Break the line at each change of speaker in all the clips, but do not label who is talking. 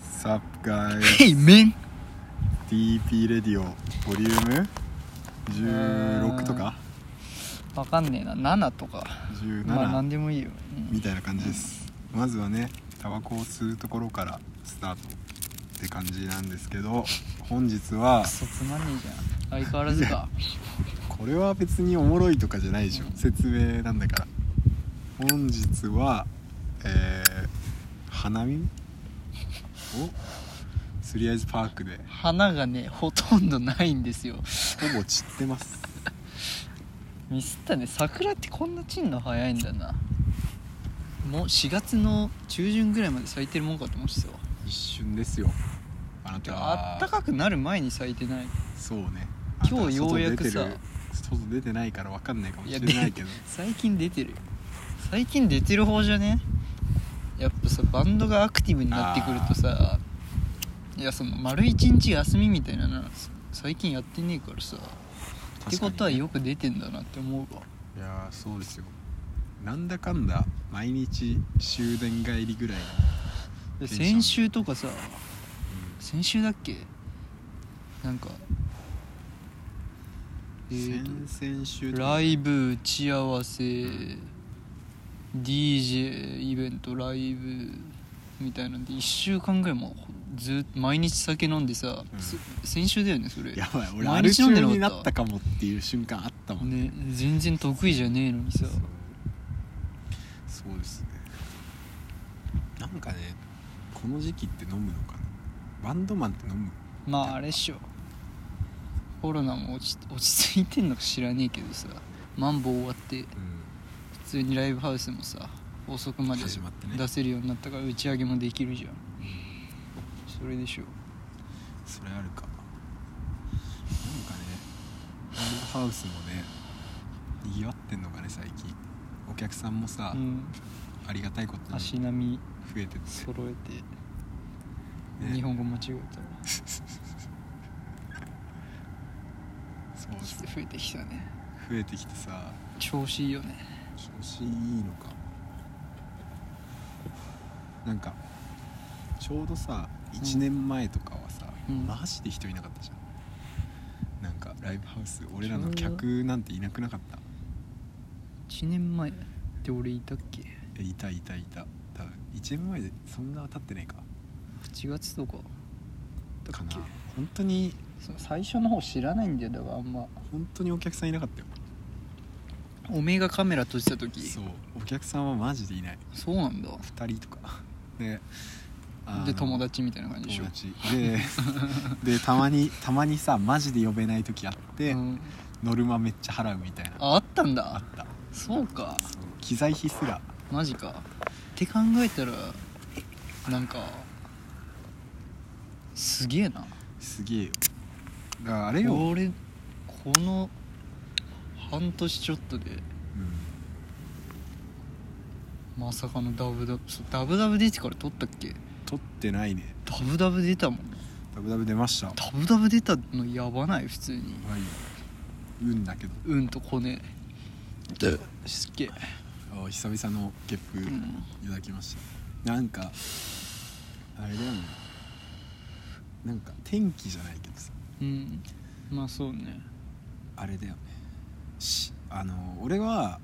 What's up, guys?
Hey man!
TP レディオボリューム16とか
わかんねえな、7とか。
17、
まあ何でもいいよ。うん
みたいな感じです、まずはねタバコを吸うところからスタートって感じなんですけど本日は
クソつまんねえじゃん。相変わらずか。
これは別におもろいとかじゃないでしょ説明なんだから本日はえー、花見をスリアイズパークで
花がね、ほとんどないんですよ。
ほぼ散ってます
ミスったね、桜ってこんな散んの早いんだな。もう4月の中旬ぐらいまで咲いてるもんかと思ってたわ。
一瞬ですよあなたは
あったかくなる前に咲いてない。
そうね
今日ようやくさ
あなた外出てる外出てないから分かんないかも
い
し
や
れ
で
ないけど
最近出てるよ最近出てる方じゃねやっぱさバンドがアクティブになってくるとさいやその丸一日休みみたいなのさ最近やってねえからさってことはよく出てんだなって思うわ
いやーそうですよなんだかんだ毎日終電帰りぐらいの、
で
テンション
先週とかさ先週だっけなんかえーと
先々週とか
ライブ打ち合わせ、
ん
DJ イベントライブみたいなんで1週間ぐらいもうずっ毎日酒飲んでさ、
うん
す先週だよねそれ
やばい俺ア
毎
ル
日
中
飲んでなか
に
った
なったかもっていう瞬間あったもんね
ね全然得意じゃねえのにさ
そうそうですねなんかねこの時期って飲むのかなバンドマンって飲む
まああれっしょコロナも落ち落ち着いてんのか知らねえけどさマンボウ終わって普通にライブハウスもさ遅くまで
始まってね
出せるようになったから打ち上げもできるじゃんそれでしょ
それあるかなんかねライブハウスもねにぎわってんのかね最近お客さんもさ、
うん
ありがたいことに
足
増
並み
えてって
揃えて、
ね
日本語間違え
そう
た
そう
増えてきたね
増えてきてさ
調子いいよね
調子いいのかなんかちょうどさ1年前とかはさ、
うん
マジで人いなかったじゃんなんかライブハウス俺らの客なんていなくなかった
1年前って俺いたっけ
えいたいたいた多分1年前でそんな経ってねえか
8月とかだ
か
っ
な
け
本当に
その最初の方知らないんだよだからあんま
本当にお客さんいなかったよ
おめえがカメラ閉じた時
そうお客さんはマジでいない
そうなんだ
2人とかであの
で友達みたいな感じでしょ
友達ででたまにたまにさマジで呼べない時あって、
うん、
ノルマめっちゃ払うみたいな
ああったん
あ
だ
った
そうか
そう機材費すら
マジかって考えたらなんかすげえな
すげえよだからあれよ、うん、
俺この半年ちょっとでまさかのダブダブそうダブダブ出てから撮ったっけ
撮ってないね
ダブダブ出たもん
ダブダブ出ました
ダブダブ出たのやばない普通に
はい運だけど
うんとコネ
で
しっけ
あ久々のゲップ
ん
いただきました、なんかあれだよねなんか天気じゃないけどさ
うんまあそうね
あれだよねしあの俺は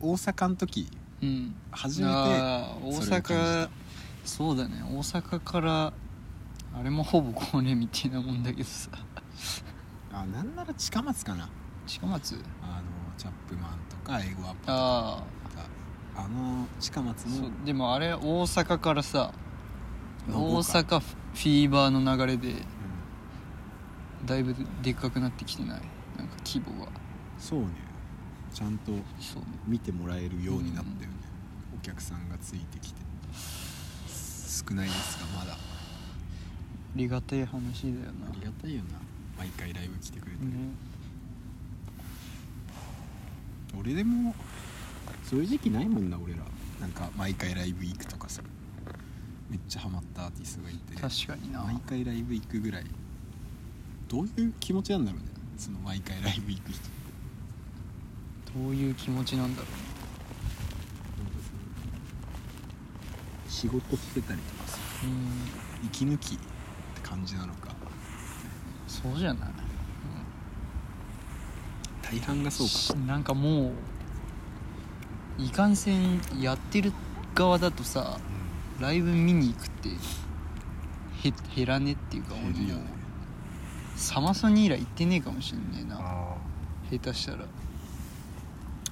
大阪の時
うん
初めて
あー大
それを感
阪そうだね大阪からあれもほぼコネみたいなもんだけどさ
あなんなら近松かな
近松
あのチャップマンとか英語アップ
ああ
とかあの近松
そう
の
でもあれ大阪からさ大
の豪華
阪フィーバーの流れで
う
だいぶでっかくなってきてないなんか規模が
んそうねちゃんと
そうね
見てもらえるようになったよね、お客さんがついてきて少ないですがまだあ
ありがたい話だよな
りがたいよな毎回ライブ来てくれて、
ね
俺でもそういう時期ないもんな俺らなんか毎回ライブ行くとかさめっちゃハマったアーティストがいて
確かにな
毎回ライブ行くぐらいどういう気持ちなんだろうねその毎回ライブ行く人って
どういう気持ちなんだろ
なんかその仕事してたりとかさ
うね
息抜きって感じなのか
そうじゃない
大半がそう
し
か
なんかもういかんせんやってる側だとさライブ見に行くってへ減らねっていうか
減るよ
も
ね
うサマソニ以来行ってねえかもしんねえな
あ
下手したら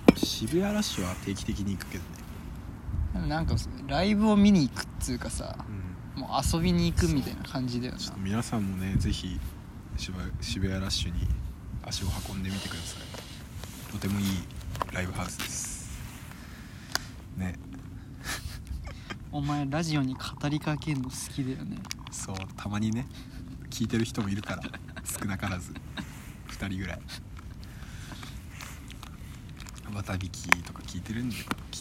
ー渋谷ラッシュは定期的に行くけどね、
なんかライブを見に行くっつうかさ
うん、
もう遊びに行くみたいな感じだよな
ちょっと皆さんもねぜひ渋谷渋谷ラッシュに足を運んでみてくださいとてもいいライブハウスですね
お前ラジオに語りかけるの好きだよね
そうたまにね聞いてる人もいるから少なからず2人ぐらいわたびきとか聞いてるんだよきっ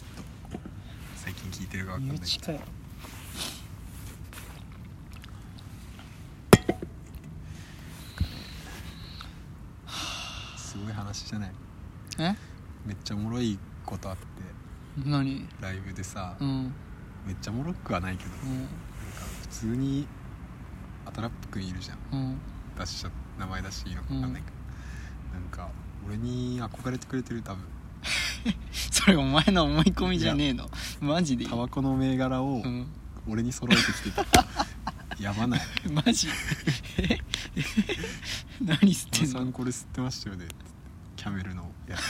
と最近聞いてるかわかんない
身
け
内
ど
かよ
すごい話じゃない
え
めっちゃおもろいことあって
何
ライブでさ、
うん
めっちゃおもろくはないけどなんか普通にアタラップくんいるじゃん
うんうん
出しちゃ名前出していいのか分かんないけど、なんか俺に憧れてくれてる多分
それお前の思い込みじゃねえのマジで
タバコの銘柄を
うん
俺に揃えてきてた、 やばない
マジえ
「
何
お
吸
じ
って
さ
ん
ん
の
これ吸ってましたよね」キャメルのやつ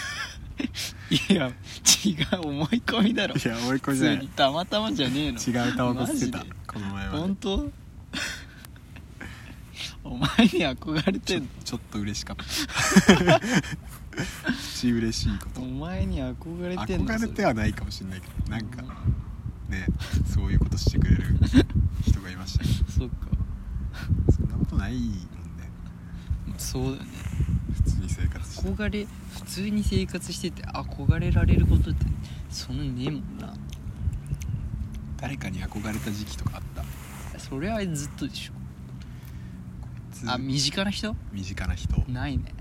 いや違う 思い込みだろ
いや俺こ
普
れじゃ
通
な
に
い
たまたまじゃねえの
違うタバコ吸ってた
マジで
この前は
本当お前に憧
ち
れて
ょ
んの
ちょっと嬉しかった 口嬉しいこ
お
と
前に憧れてんの
憧れてはないかもしれないけどなんか
う
ねそういうことしてくれる人がいましたけど
んそっか
そんなことないもんね
そうだよね
普通に生活して
憧れ普通に生活してて憧れられることってそんなねえもんな
誰かに憧れた時期とかあったこ
それはずっとでしょ
いつ
あ身近な人
身近な人
ないね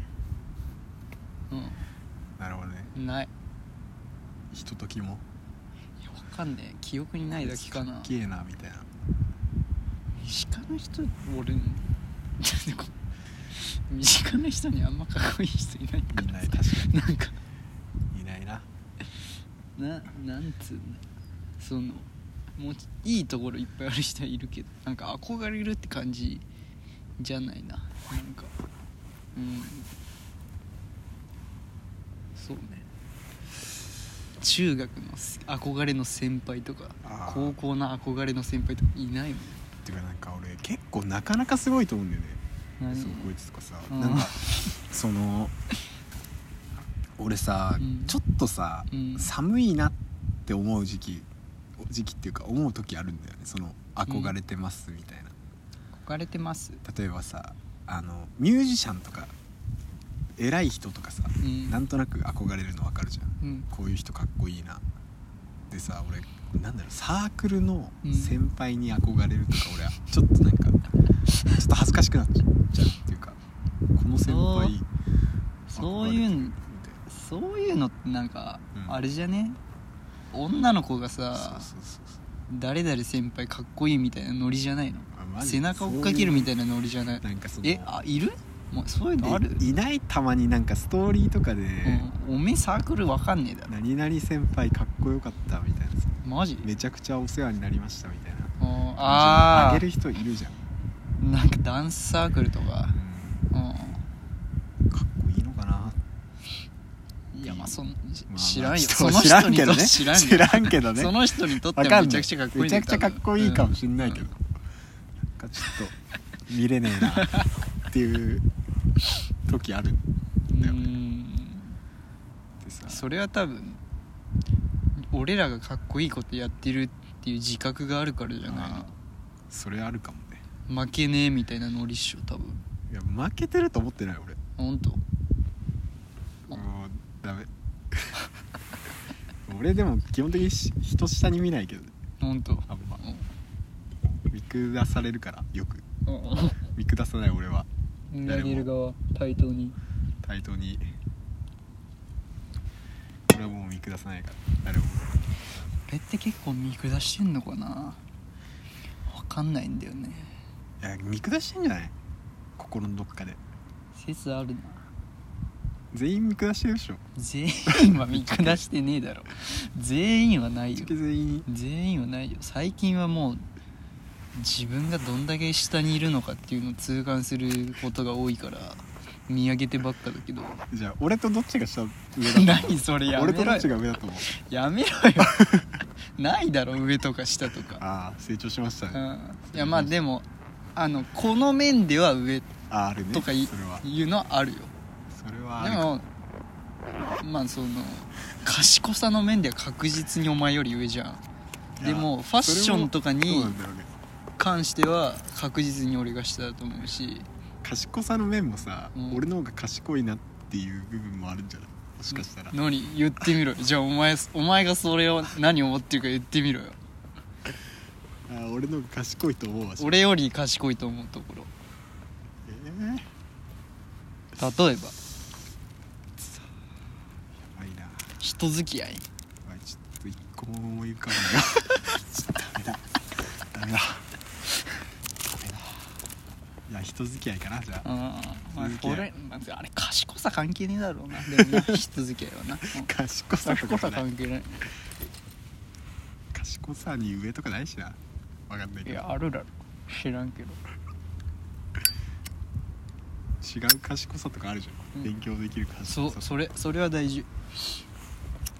なるほどね
うんない
ひとときも
いやわかんねえ記憶にないだけか
か
な
っけえなみたいな
身近な人俺 身近な人にあんまかっこいい人いないから
いない
さ
確か
なんか
にいないな
ななんつうのそのもういいところいっぱいある人はいるけどなんか憧れるって感じじゃないななんかうんそうね中学のせ憧れの先輩とか
あー
高校の憧れの先輩とかいないもん
ていうかなんか俺結構なかなかすごいと思うんだよね
何
そうこいつとかさ、
うん
なんかその俺さ、
うん
ちょっとさ、
うん
寒いなって思う時期時期っていうか思う時あるんだよねその憧れてますみたいな、
憧れてます
例えばさあのミュージシャンとか偉い人とかさ、
うん
なんとなく憧れるの分かるじゃん
うん
こういう人かっこいいなでさ俺なんだろうサークルの
うん
先輩に憧れるとか、俺はちょっとなんかちょっと恥ずかしくなっちゃうっていうかこの先
そう
輩
そう
憧れ
い
てるみ
うそういうのってなんか、
うん
あれじゃね女の子が
たいな
さ
そうそうそうそう
誰々先輩かっこいいみたいなノリじゃないの
あマジ
背中追っかけるみたいなノリじゃない
なんかその
えあいるもうそういうのある、
いいないたまになんかストーリーとかで、
うん、おめえサークルわかんねえだろ
何々先輩かっこよかったみたいなさ
マジ
めちゃくちゃお世話になりましたみたいな
うん
あ
あ
げる人いるじゃん、
あなんかダンスサークルとかう
かっこいいのかなん
いやまあそん
まあ
知らんよ
人
そ
は
の
知ら
人
ん
に
け
と
ど
っ
ね
て知らんよ
知らんけどね
その人にとって
わか
は
んな
めち
い
ゃくちゃかっこいいん
めち
だ
ゃ
よ
くちゃかっこいいかもしんないけど、
多
なんかちょっと見れねえなっていう時ある
分
だよ
うん
ねで
うん
さ
それは多分俺らがかっこいいことやってるっていう自覚があるからじゃないの
あーそれあるかもね
負けねえみたいなノリっしょ多分
いや負けてると思ってない俺
本当
もうダメ 俺でも基本的にし人下に見ないけどね
本当
あんま見下されるからよく見下さない俺は
見
られる
側対等に
対等にこれはもう見下さないから誰も
俺って結構見下してんのかなわかんないんだよね
いや見下してんじゃない心のどっかで
説あるな
全員見下してるでしょ
全員は見下してねえだろ全員はない
ぶっ
よ
ちゃけ全員
全員はないよ最近はもう自分がどんだけ下にいるのかっていうのを痛感することが多いから見上げてばっかだけど
じゃあ俺とどっちが下上だと
何それや
思う俺
め
とど
ろ
っち
よ
が上だと思う
やめろよ ないだろ上とか下とか、
ああ成長しました
う
ね、
ん、いやまあでもあのこの面では上
あああるね
とかい
それは
いうのはあるよ
それはあ
で
る
もまあその賢さの面では確実にお前より上じゃん
いや
でもファッションとか
それも
に
そうなんだよね
関しては確実に俺が下だと思うし
賢さの面もさ、
うん
俺の方が賢いなっていう部分もあるんじゃないもしかしたら、
何言って みろよじゃあお前お前がそれを何思ってるか言ってみろよ
ああ俺の方が賢いと思うわ
俺より賢いと思うところ
えー、や
例えば
ばいな
人付き合い
やばいちょっと一個も思い浮かばない ちょっとダメだダメだダメだいや人付き合いかなじゃあ
あーまあ
人付き合
こ
い
れまああれ賢さ関係ねえだろうなでもな人付き合いは なうん
賢さと
賢
か
さ
ない
関係ない
賢さに上とかないしなわかんない
い
けど
やあるだろ知らんけど
違う賢さとかあるじゃん、
うん
勉強できる賢
そう
さ
それそれは大事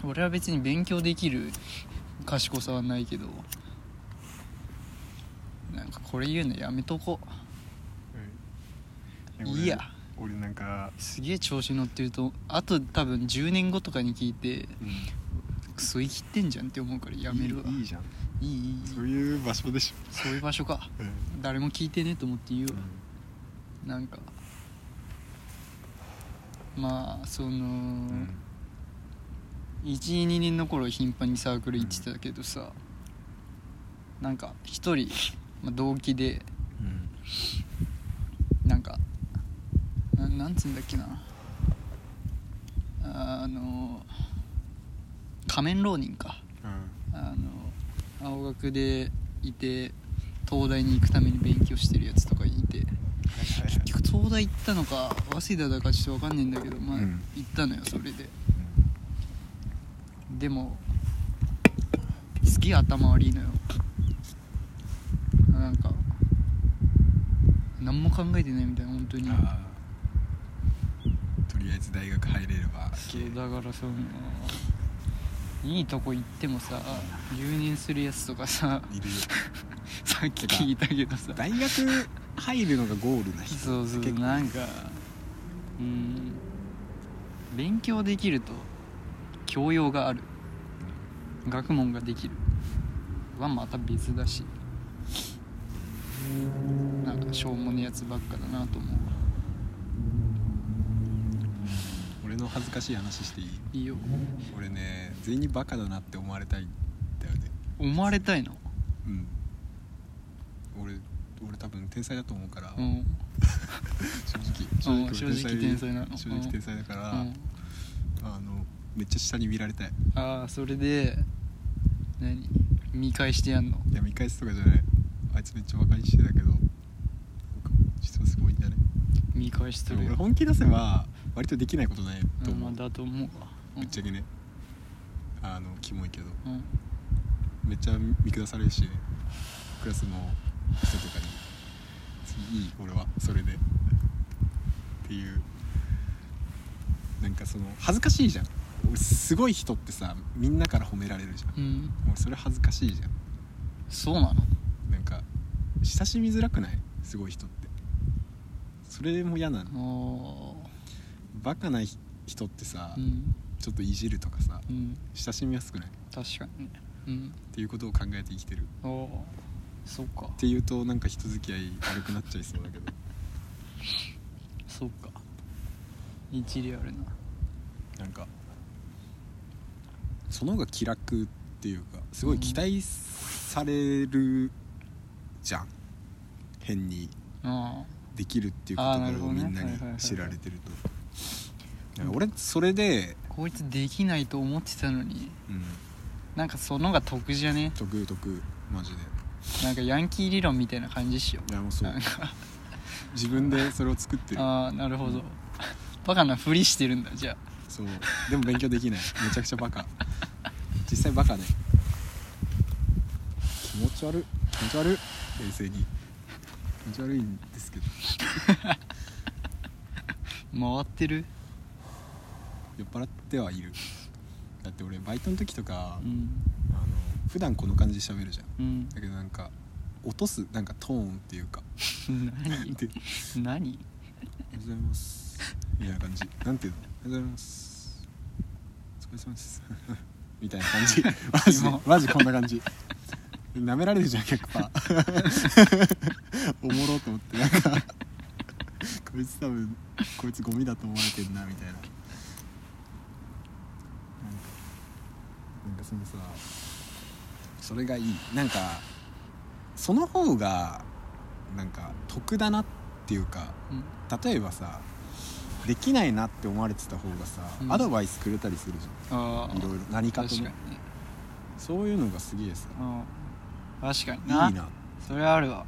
俺は別に勉強できる賢さはないけどなんかこれ言うのやめとこ
うん
いいや
俺なんか、
すげえ調子乗ってるとあと多分10年後とかに聞いて
うん、
クソ生きてんじゃんって思うからやめるわ
いいい
い
いじゃん
いいい
そういう場所でし
そういう場所か
ょ、うん
誰も聞いてねえと思って言うわなんかまあその、
うん
12年の頃頻繁にサークル行ってたけどさ、なんか一人、まあ、同期で
うん
なんかななんつうんだっけなあの仮面浪人かあの青学でいて東大に行くために勉強してるやつとかいて
はい
結局東大行ったのか早稲田だかちょっと分かんないんだけどまあ、
うん
行ったのよそれででもすげえ頭悪いのよなんか何も考えてないみたいな本当に
あーとりあえず大学入れれば
そうだからそのいいとこ行ってもさ留年するやつとかさ
いるよ
さっき聞いたけどさ
大学入るのがゴールな人
そうそう
結構
なんかうん勉強できると教養がある学問ができるはまた別だしなんかしょうもねえやつばっかだなと思うわ
俺の恥ずかしい話していい
いいよ
俺ね全員にバカだなって思われたいんだよね
思われたいの
うん俺俺多分天才だと思うから、
うん
正
うん
直
正直天才なの
正直天才だから、
うん
あのめっちゃ下に見られたい
ああそれで何見返してやんの
いや見返すとかじゃないあいつめっちゃバカにしてたけどなんか実はすごいんじゃね
見返しとる
俺
よ、
本気出せば割とできないことないと
うん
思
ま
う、
あ、だと思うわうん
ぶっちゃけねあのキモいけど
うん
めっちゃ見下されるしクラスの人とかに「いい俺はそれで」っていうなんかその恥ずかしいじゃん俺すごい人ってさみんなから褒められるじゃん
うん
俺それ恥ずかしいじゃん
そうなの
なんか親しみづらくないすごい人ってそれも嫌なの
お
バカな人ってさ、
うん
ちょっといじるとかさ
うん
親しみやすくないっ
確かにねうん
ていうことを考えて生きてるっ
おおそっか
ていうとなんか人付き合い悪くなっちゃいそうだけど
そっか一理あ るな
なんかその方が気楽っていうかすごい期待されるじゃん、変に
あ
できるっていうこ
あー
と
なるほ
を
どね
みんな
はいはいはいは
に
い
知られてるとだから俺それで、
あこいつできないと思ってたのに
うん、
なんかそのが得じゃね
得得マジで
なんかヤンキー理論みたいな感じっしょ
いやもうそう
なんか
自分でそれを作って る
ああなるほど、バカなふりしてるんだじゃ
そうでも勉強できないめちゃくちゃバカ実際バカね気持ち悪い気持ち悪い冷静に気持ち悪いんですけど
あ回ってる
酔っ払ってはいるだって俺バイトの時とか、
うん
あの普段この感じで喋るじゃん
うん
だけどなんか落とすなんかトーンっていうか
何
で
何
おはようございますみたいな感じなんていうのおはようございますお疲れ様です みたいな感じマジで
今
マジこんな感じ舐められるじゃん結構おもろと思ってなんかこいつ多分こいつゴミだと思われてんなみたいななんかなんかそのさそれがいいなんかその方がなんか得だなっていうか
うん
例えばさできないなって思われてた方がさ、
うん
アドバイスくれたりするじ
あ
ゃんいろい
あ
ろ何か
確
とも
かにね
そういうのがすげえさ
うん確か
いい
にな
な
それはあるわ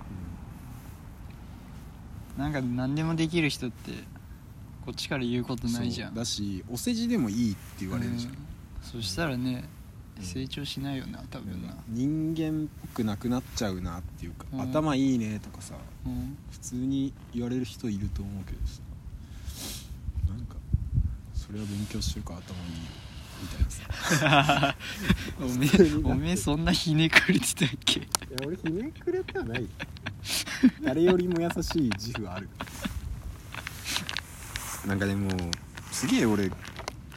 う
なんか何でもできる人ってこっちから言うこと
ん
ないじゃん
そうだしお世辞でもいいって言われるじゃん
う、そしたらね
うん
成長しないよな多分な、
人間っぽくなくなっちゃうなっていうか、
うん
頭いいねとかさ
うん、
普通に言われる人いると思うけどさなんかそれは勉強してるから頭いいよみたいなさ
お めえおめえそんなひねくれてたっけ
いや俺ひねくれてはない誰よりも優しい自負はあるなんかでもすげえ俺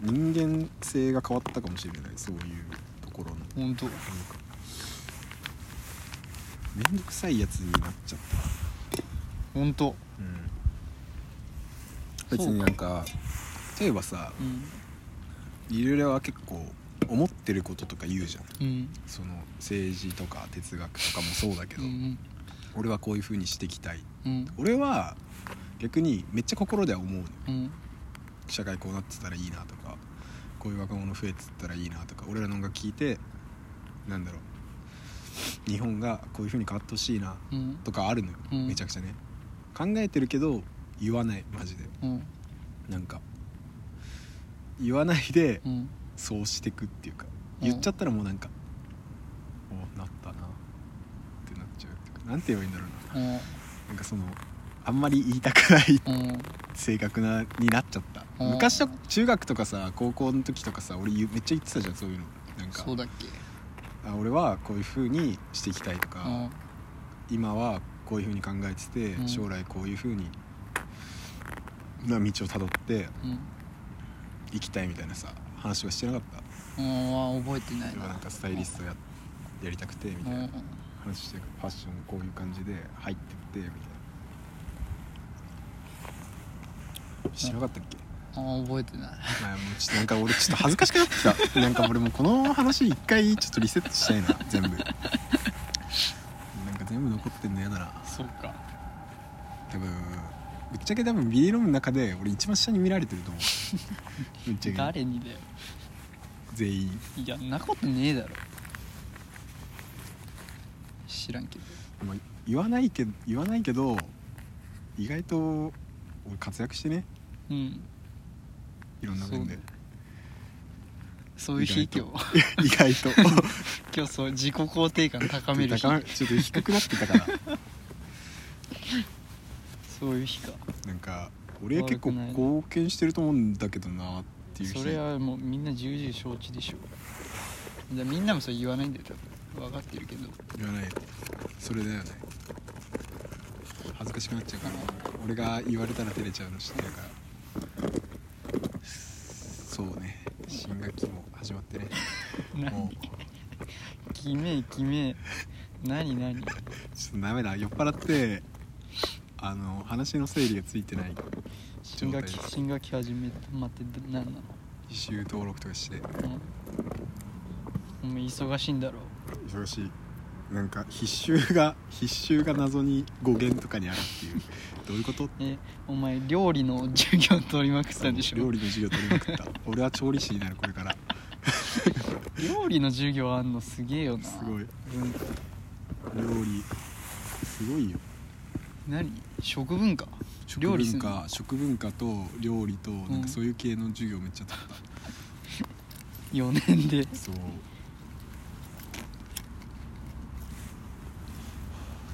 人間性が変わったかもしれないそういうところのなんか
本当
めんどくさいやつになっちゃった
本当
別になんか例えばさ
うん
いろいろは結構思ってることとか言うじゃん
うん
その政治とか哲学とかもそうだけ
う
ど、
ん
俺はこういう風にしていきたい
うん
俺は逆にめっちゃ心では思うのよ
うん
社会こうなってたらいいなとかこういう若者増えてったらいいなとか俺らの音楽聴いてなんだろう日本がこういう風に変わってほしいな
うん
とかあるのよ、
うん
めちゃくちゃね考えてるけど言わないマジで
うん
なんか言わないで
うん
そうしてくっていうか
うん
言っちゃったらもうなんか、おなったなってなっちゃうっていうかなんて言えばいいんだろうな
うん
なんかそのあんまり言いたくない
うん
性格なになっちゃった
うん
昔と中学とかさ高校の時とかさ俺言うめっちゃ言ってたじゃんそういうのなんか
そうだっけ
あ俺はこういう風にしていきたいとか、
うん
今はこういう風に考えてて、
うん
将来こういう風にな道をたどって
うん
行きたいみたいなさ話はしてなかった
うんあ覚えてない
例えば
な
なんかスタイリストややりたくてみ
う
たい
ん
な話してるファッションこういう感じで入ってってみたいなしなかったっけ、
あ覚えてない
まあ、もうちょっとなんか俺ちょっと恥ずかしくなってきたなんか俺もうこの話一回ちょっとリセットしたいな全部なんか全部残ってんの嫌だな
そうか
多分ぶっちゃけ多分ビリーロムの中で俺一番下に見られてると思うぶっちゃけ
誰にだよ
全員
いやんなことねえだろ知らんけど
まあ言わないけど言わないけど意外と俺活躍してね
うん
いろんな面で
そうそういう日
意外と
今日
意外と
今日そう自己肯定感高める日
高めちょっと低くなってたから
そういう日か
なんか俺結構
悪くない
貢献してると思うんだけどなっていう人
それはもうみんな重々承知でしょじゃみんなもそれ言わないんだよ多分分かってるけど
言わないそれだよね恥ずかしくなっちゃうから俺が言われたら照れちゃうの知ってるからそうね新学期も始まってねもう
何決め決め何何
ちょっとダメだ酔っ払ってあの話の整理がついてない
新学期新学期始めたまってど何なの
履修登録とかして
うんお前忙しいんだろ
忙しいなんか必修が必修が謎に語源とかにあるっていうどういう こと
えお前料理の授業取りまくってたんでしょ
料理の授業取りまくった俺は調理師になるこれから
料理の授業あんのすげえよな
すごい
文化
料理すごいよ
何食文化
食
料理す
文
んの
化食文化と料理となんかそういう系の授業めっちゃ取った、
4 年で
そう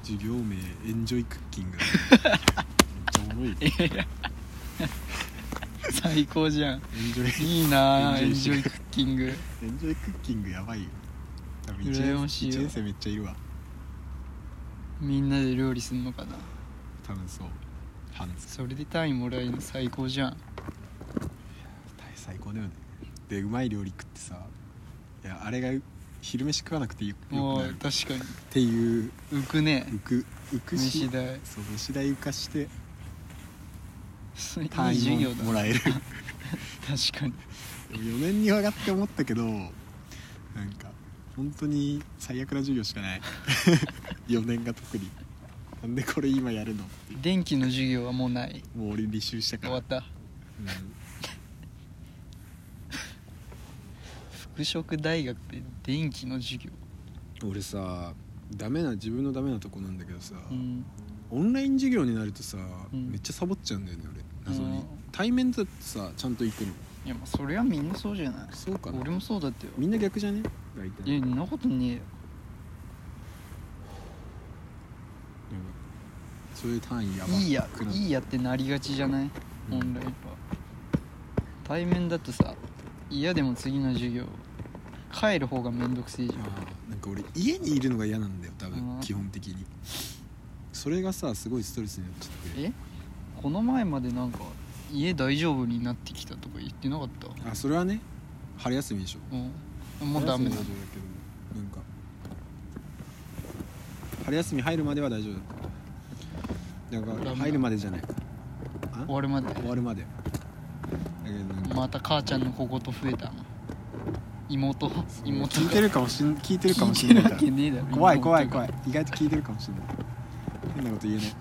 授業名エンジョイクッキングめっちゃお もろいエン
最高じゃん
ジョイ
いいなあエ
エ
ン
ン
ジ
ジ
ョ
ョ
イ
イ
クッキング
エンジョイクッキングやばいよ多分一
羨ましい
年
よ
一年生めっちゃいるわ
みんなで料理すんのかな
多分そう半月
それで単位もらえるの最高じゃん
大最高だよねでうまい料理食ってさいやあれが昼飯食わなくてよよ
も
く
う
なるっ
確か
ていう
に浮くね
浮く浮くし
飯代
そう飯代浮かして
いい
単
授
位
業
も
だ
もらえる
確かに
4年に上がって思ったけどなんか本当に最悪な授業しかない4年が特になんでこれ今やるのっていう
電気の授業はもうない
もう俺履修したか
終
ら
わった
うん
服飾大学で電気の授業
俺さダメな自分のダメなとこなんだけどさ、
うん
オンライン授業になるとさ、
うん
めっちゃサボっちゃうんだよね俺謎
うん
に対面だとさちゃんと行くの
いやまあそれはみんなそうじゃない
そうかな
俺もそうだってよ
みんな逆じゃね大
いや
体
そんなことねえよ
そういう単位やば
いいや
くなる
いいやってなりがちじゃない
うん
オンラインは対面だとさ嫌でも次の授業帰る方がめんどくせえじゃん
あーなんか俺家にいるのが嫌なんだよ多
う
分
ん
基本的にそれがさすごいストレスになっちゃって
えこの前までなんか家大丈夫になってきたとか言ってなかった
あそれはね春休みでしょ
うんもうダメだ
春休みは大丈夫だけどなんか春休み入るまでは大丈夫だったなん
ダメだ
か入るまでじゃないかあ
終わるまで
終わるまでだけどなんか
また母ちゃんの小言増えたな妹妹
聞いて
る
るかもしん聞いてるかもしんないか
わ
ら
けねえだろ
怖い怖い
妹
怖
が
い意外と聞いてるかもしんない変なこと言えない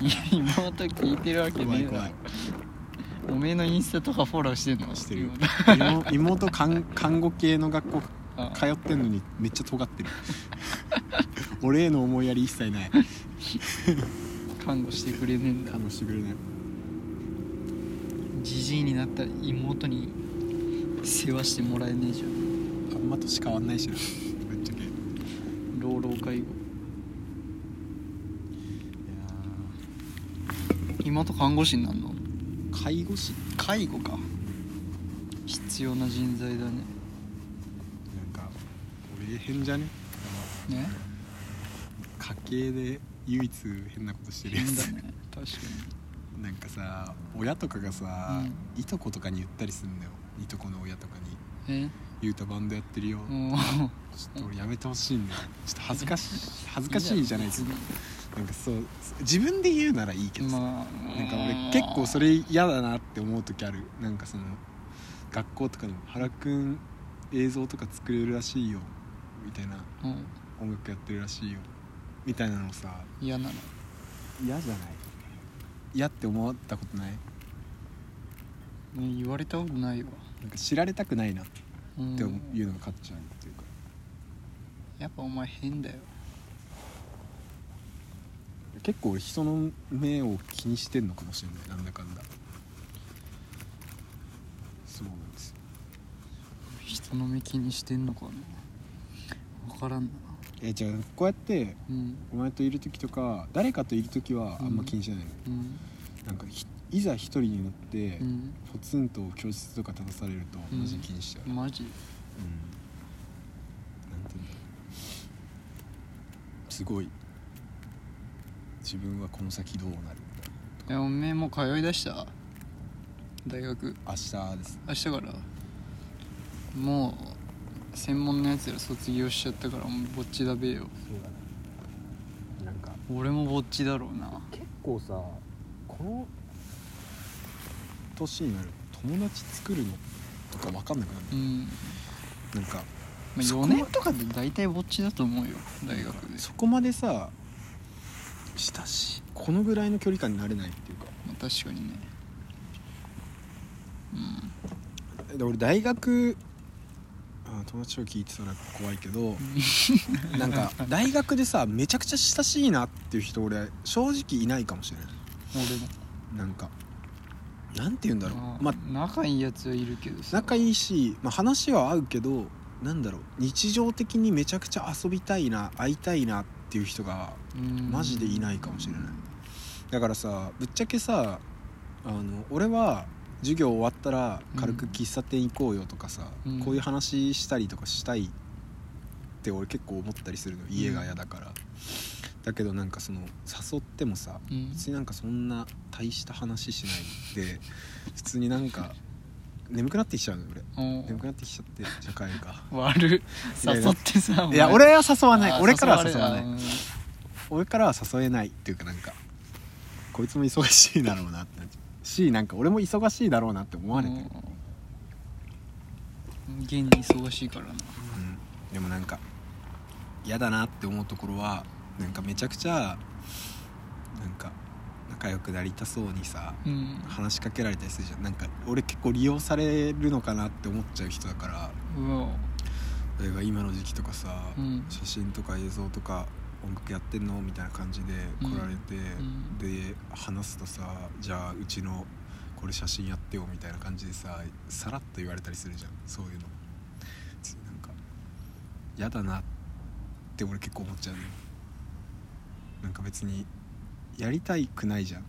いや妹聞いてるわけ
怖
ね
い
えだろ
怖い
おめえのインスタとかフォローしてんの
してるよ
妹
妹 妹看看護系の学校
あ
通ってんのにめっちゃ尖ってる俺への思いやり一切ない
看護してくれねえんだ
看護してくれない
じじいになったら妹に世話してもらえねえじゃん
あんま年変わんないしなぶっちゃけいや
老老介護妹看護師になんの
ー介護士
介護か必要な人材だね
なんか俺変じゃね
ね
家計で唯一変なことしてるや
変だ
つ
ね確か
なんかさ親とかがさ、
う
いとことかに言ったりすんだよいとこの親とかに
にえ
「ゆうたバンドやってるよ、
もう
ちょっと俺やめてほしいんだよちょっと 恥ずかしい恥ずかしいじゃないですかなんかそう自分で言うならいいけどさ、
まあ
なんか俺結構それ嫌だなって思う時あるなんかその学校とかでも「原くん映像とか作れるらしいよ」みたいな
うん
「音楽やってるらしいよ」みたいなのさ
嫌なの
嫌じゃない嫌って思ったことない
ね言われたことないわ、
なんか知られたくないなって
うん、
思ういうのが勝っちゃうっていうか、
やっぱお前変だよ
結構俺人の目を気にしてんのかもしれないなんだかんだそうなんですよ
人の目気にしてんのかな分からんな
えじゃあこうやって
うん
お前といる時とか誰かといる時はあんま気にしないの、
うん
なんかひいざ一人になって、
うん
ポツンと教室とか立たされると
うん
マジ気にしちゃう、うん
マジ
なんていうんだろうすごい自分はこの先どうなる
えおめえもう通いだした大学
明日です
明日からもう専門のやつら卒業しちゃったからもうぼっちだべよ
そうだねなんか
俺もぼっちだろうな
結構さこの年になると友達作るのとか分かんなくなる、
うん、
なんか
まあ、
そこ
4年とかで大体ぼっちだと思うよ大学で
そこまでさ親しいこのぐらいの距離感になれないっていうか
まあ、確かにねうん
で俺大学あまあ友達を聞いてたら怖いけ どなんか大学でさめちゃくちゃ親しいなっていう人俺正直いないかもしれない
俺も
なんかなんて言うんだろう
あー
まあ
仲いいやつはいるけどさ
仲いいし、まあ、話は合うけどなんだろう日常的にめちゃくちゃ遊びたいな会いたいなっていう人が
うん
マジでいないかもしれないだからさぶっちゃけさあの俺は授業終わったら軽く喫茶店行こうよとかさ、
うん
こういう話したりとかしたいって俺結構思ったりするの家が嫌だから、だけどなんかその誘ってもさ
うん
別になんかそんな大した話しないで 普通になんか眠くなってきちゃうのよ俺
うん
眠くなってきちゃって社会 が
悪っ
いやいや
誘ってさ
いや俺は誘わない俺からは誘わ
な
ない
い
俺からは誘えないっていうかなんかこいつも忙しいだろうなってなっちゃうしなんか俺も忙しいだろうなって思われてる、
うん現に忙しいからな
うんでもなんか嫌だなって思うところはなんかめちゃくちゃなんか仲良くなりたそうにさ
うん
話しかけられたりするじゃんなんか俺結構利用されるのかなって思っちゃう人だから
うわ
例えば今の時期とかさ、
うん
写真とか映像とか音楽やってんのみたいな感じで来られて、
ん
で話すとさじゃあうちのこれ写真やってよみたいな感じでささらっと言われたりするじゃんそういうのつなんか嫌だなって俺結構思っちゃうのよなんか別にやりたいくないじゃん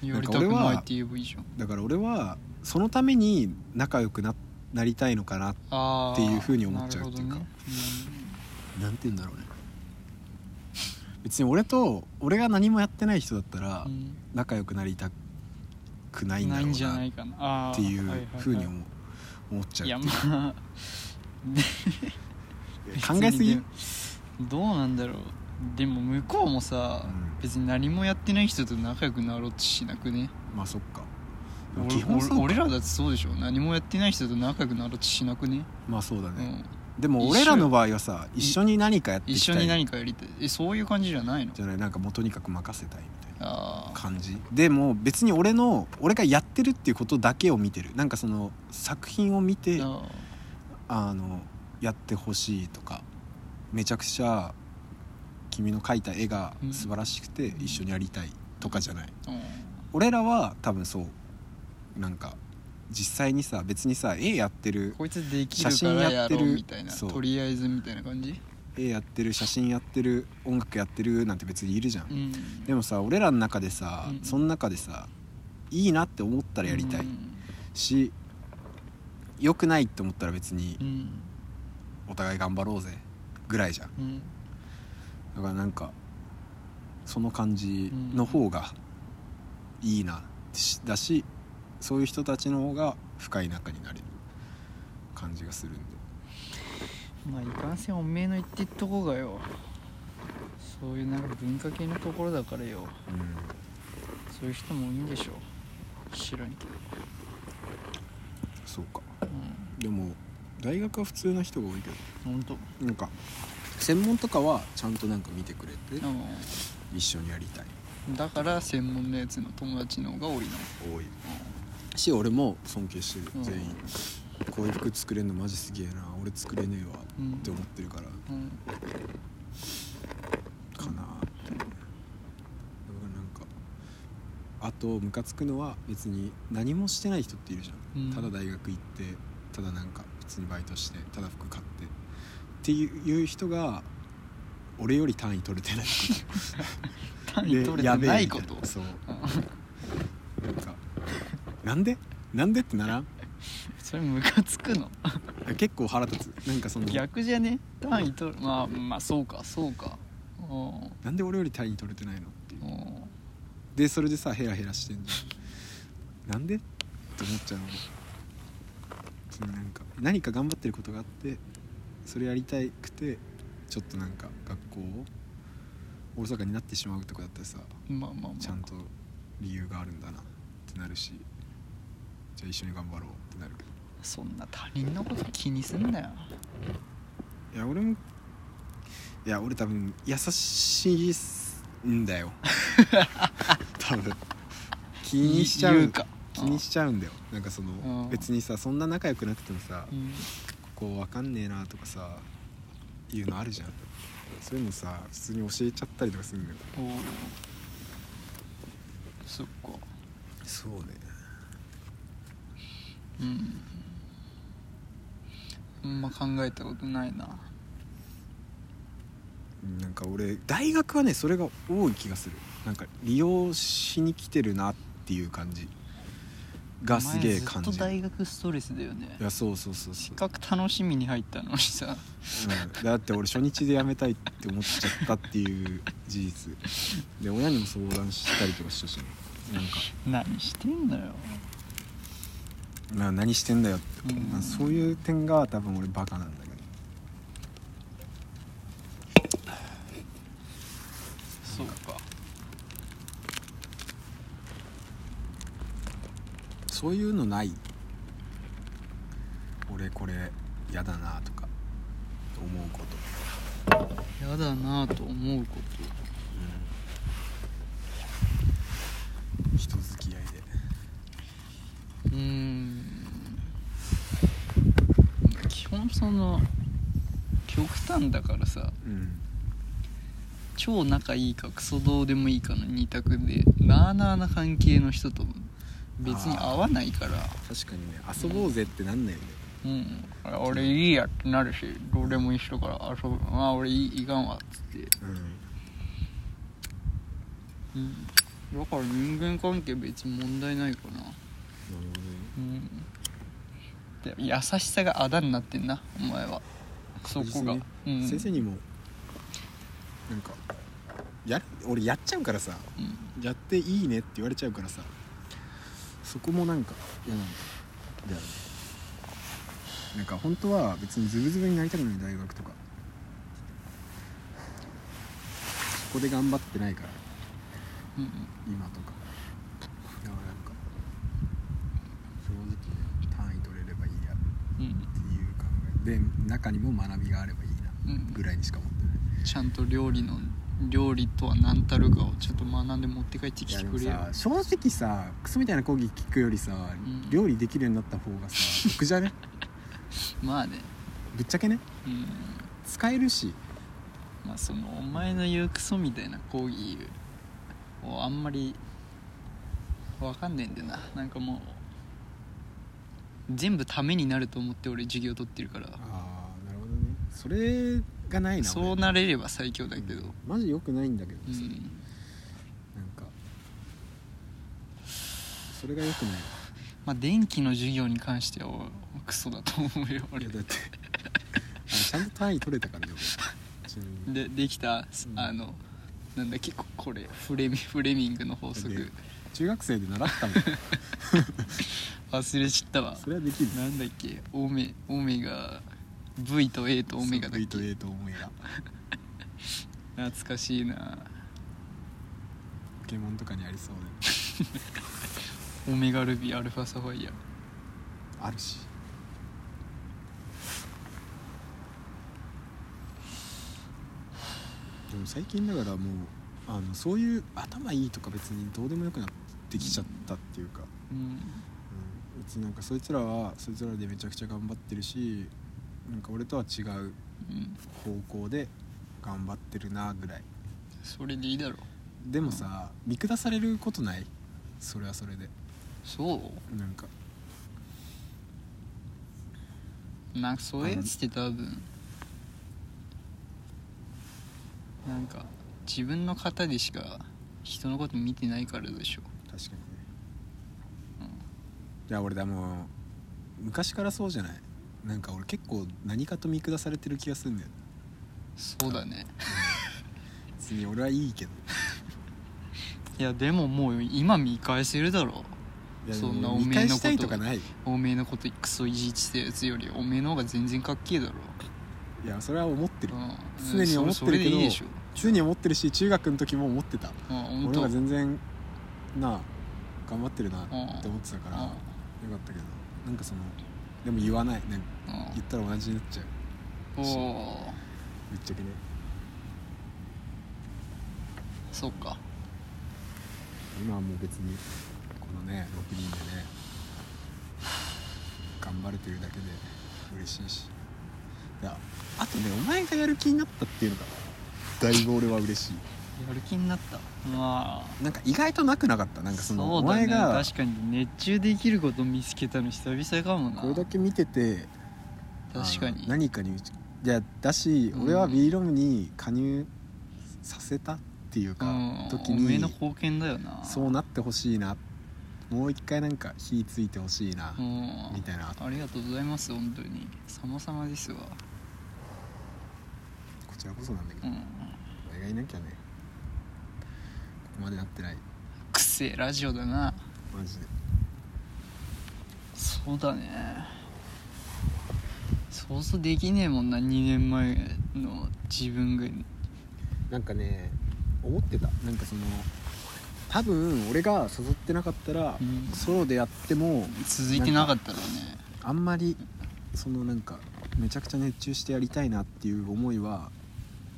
言われたくないって言えばいいじゃん
だから俺はそのために仲良くななりたいのかな
ああ
っていうふうに思っちゃうっていうか
なる
なんて言うんだろうね別に俺と俺が何もやってない人だったら
ほどねうん
仲良くなりたくないんだ
な
ろう
いんじゃ
な
ないかなああ
っていう
はいはいはい
ふうに思う思っちゃう
いやまあ
考えすぎ
別にでもどうなんだろうでも向こうもさ、
うん
別に何もやってない人と仲良くなろうとしなくね
まあそっかでも
俺
基本そうか
俺らだってそうでしょ何もやってない人と仲良くなろうとしなくね、
まあそうだ
う
ね、
ん、
でも俺らの場合はさ
一
一
緒
緒に何かやってい
一
きた
緒
い
に何かやりたいえそういう感じじゃないの
じゃないなんかもうとにかく任せたいみたい
あ
な
あ
感じでも別に俺の俺がやってるっていうことだけを見てるなんかその作品を見て
あ
あのやってほしいとかめちゃくちゃ君の描いた絵が素晴らしくて一緒にやりたいとかじゃない、
あうん
俺らは多分そうなんか実際にさ別にさ絵やってる
こいつでき
写真
るから
や
や
って
ろ
る
うみたいな
そう
とりあえずみたいな感じ
絵やってる写真やってる音楽やってるなんて別にいるじゃん、
うん
でもさ俺らの中でさ、
うん
その中でさいいなって思ったらやりたい
うん
し良くないって思ったら別に
うん
お互い頑張ろうぜぐらいじゃん
うん
だからなんかその感じの方がいいなしだしそういう人たちの方が深い仲になれる感じがするんで
まあいかんせんおめえの言ってっとこがよそういうなんか文化系のところだから
う
よ
ん
そういう人もいいんでしょ知らんけど、
そうか
う
でも大学は普通な人が多いけ
ん、ほんと
どなんか専門とかはちゃんとなんか見てくれて
う
一緒にやりたい
んだから専門のやつの友達の方が多いな
多いし俺も尊敬して
う
る
ん
全員こういう服作れんのマジすげえな俺作れねえわ
うん
って思ってるから
うん
かなってだからなんかあとムカつくのは別に何もしてない人っているじゃん、
うん
ただ大学行ってただなんか普通にバイトしてただ服買ってっていう人が俺より単位取れてない
単位取れてないこと
でやべえみたなそうなんかなんでなんでってならん
それムカつくの
結構腹立つなんかその
逆じゃね単位取るまあまあそうかそうかうん
なんで俺より単位取れてないのっていう
うん
でそれでさヘラヘラしてんじゃんなんでって思っちゃうの別になんか何か頑張ってることがあってそれやりたくてちょっとなんか学校をおろそかになってしまうとかだったらさ
まあまあまあ
ちゃんと理由があるんだなってなるしじゃあ一緒に頑張ろうってなるけど
そんな他人のこと気にすんなよ
いや俺もいや俺多分優しいん だよ多分気にしちゃう
言うか
気にしちゃうんだよなんかその
うん
別にさそんな仲良くなくてもさ
うん
こうわかんねえなとかさいうのあるじゃんそういうのさ普通に教えちゃったりとかするのよ
おーそっか
そうね
うんあんま考えたことないな
なんか俺大学はねそれが多い気がするなんか利用しに来てるなっていう感じがすげえ感
お前ずっ
じ
と大学ストレスだよね
いやそうそうそうそ
せ
う
っ、かく楽しみに入ったのにさ
うん、だって俺初日で辞めたいって思っちゃったっていう事実で親にも相談したりとかしたしねなんか
何してんのよ
な何してんだよって、
うん
まあそういう点が多分俺バカなんだけど
そうか
そういうのない俺これ嫌だなとか思うこと、
やだなぁと思うこ
うん、人付き合いで
とうーん基本その極端だからさ
うん
超仲いいかクソどうでもいいかの二択でなあなあな関係の人と別に合わないから
確かにね遊ぼうぜってなんないよね、
うん俺いいやってなるしどうでもいい人から遊ぶあ俺いいいかんわっつって
うん、
うんだから人間関係別に問題ないかなうんで優しさがあだになってんなお前はそこが、う
ね
ん、
先生にもなんかやる俺やっちゃうからさ
うん
やっていいねって言われちゃうからさそこもなんか嫌なんだよねなんか本当は別にズブズブになりたくない大学とかそこで頑張ってないから
うん
今とかだからなんか正直ね単位取れればいいや
うん
っていう考えで中にも学びがあればいいな
うん
ぐらいにしか思ってない
ちゃんと料理の料理とは何たるかをちょっと学んで持って帰って
い
き
や
て
で
く
も
れよ
さ正直さクソみたいな講義聞くよりさ、
ん
料理できるようになった方がさ得じゃね
まあね
ぶっちゃけね
うん
使えるし
まあそのお前の言うクソみたいな講義をあんまりわかんねえんだよななんかもう全部ためになると思って俺授業取ってるから
ああなるほどねそれがないな
そう
る
なれれば最強だけど
マジ良くないんだけど
う
さ、
ん
なんかそれが良くない
まあ電気の授業に関してはおクソだと思うよ
い
俺
やだ ってあれちゃんと単位取れたからね 俺ちなみに
でできた、
うん
あのなんだっけここれフレミフレミングの法
で
則
中学生で習ったもん
忘れちったわ
それはできる
なんだっけオメオメガ V と A とオメガだっ
V
け
と A とオメガ
懐かしいな
ポケモンとかにありそうで
オメガルビーアルファサファイア
あるしでも最近だからもうあのそういう頭いいとか別にどうでもよくなってきちゃったっていうか、
うん
うん、別になんかそいつらはそいつらでめちゃくちゃ頑張ってるしなんか俺とは違う
うん
方向で頑張ってるなぐらい
それでいいだろ
でもさ見下されることないそれはそれで
そ
なんか
うなんかそういうやつって多分なんか自分の型でしか人のこと見てないからでしょ
確かにね
うん
いや俺だもう昔からそうじゃないなんか俺結構何かと見下されてる気がするんだよね
そうだね
別に俺はいいけど
いやでももう今見返せるだろ
いや
そんな
でも
お
見
めえのこ
返
と
したいとかないい
おめえのことクソいじってたやつよりおめえの方が全然かっけえだろ、
やそれは思ってる
うん、
常に思ってるけど
それでいいでしょ、
常に思ってるし中学の時も思ってた
うん、本
俺
当
は
うん
全然なあ頑張ってるなって思ってたからよかったけどなんかそのでも言わないなんか言ったら同じになっちゃう
うん
し
おー
ぶっちゃけね
そっか
今はもう別にこのね6人でね頑張れてるだけで嬉しいしいやあとねお前がやる気になったっていうのがだいぶ俺は嬉しい
やる気になったまあ
なんか意外となくなかったなんかその
そう
お
だ
前
ね
が
確かに熱中できること見つけたの久々かもな
これだけ見てて
確か
あ
に
の何かに打ちいやだし、
うん
俺は B ロムに加入させたっていうか、
うん
時
おめえの
に
貢献だよな
そうなってほしいなもう一回なんか火ついてほしいな、
うん
みたいなこ
ありがとうございます本当に様々ですわ
ちらこそなんだけ
う
ど、
ん
俺がいなきゃねここまでなってない
くせえラジオだな
マジで
そうだね想像できねえもんな2年前の自分が
なんかね思ってたなんかその多分俺が誘ってなかったら、
うん
ソロでやっても
続いてなかったらね
あんまりそのなんかめちゃくちゃ熱中してやりたいなっていう思いは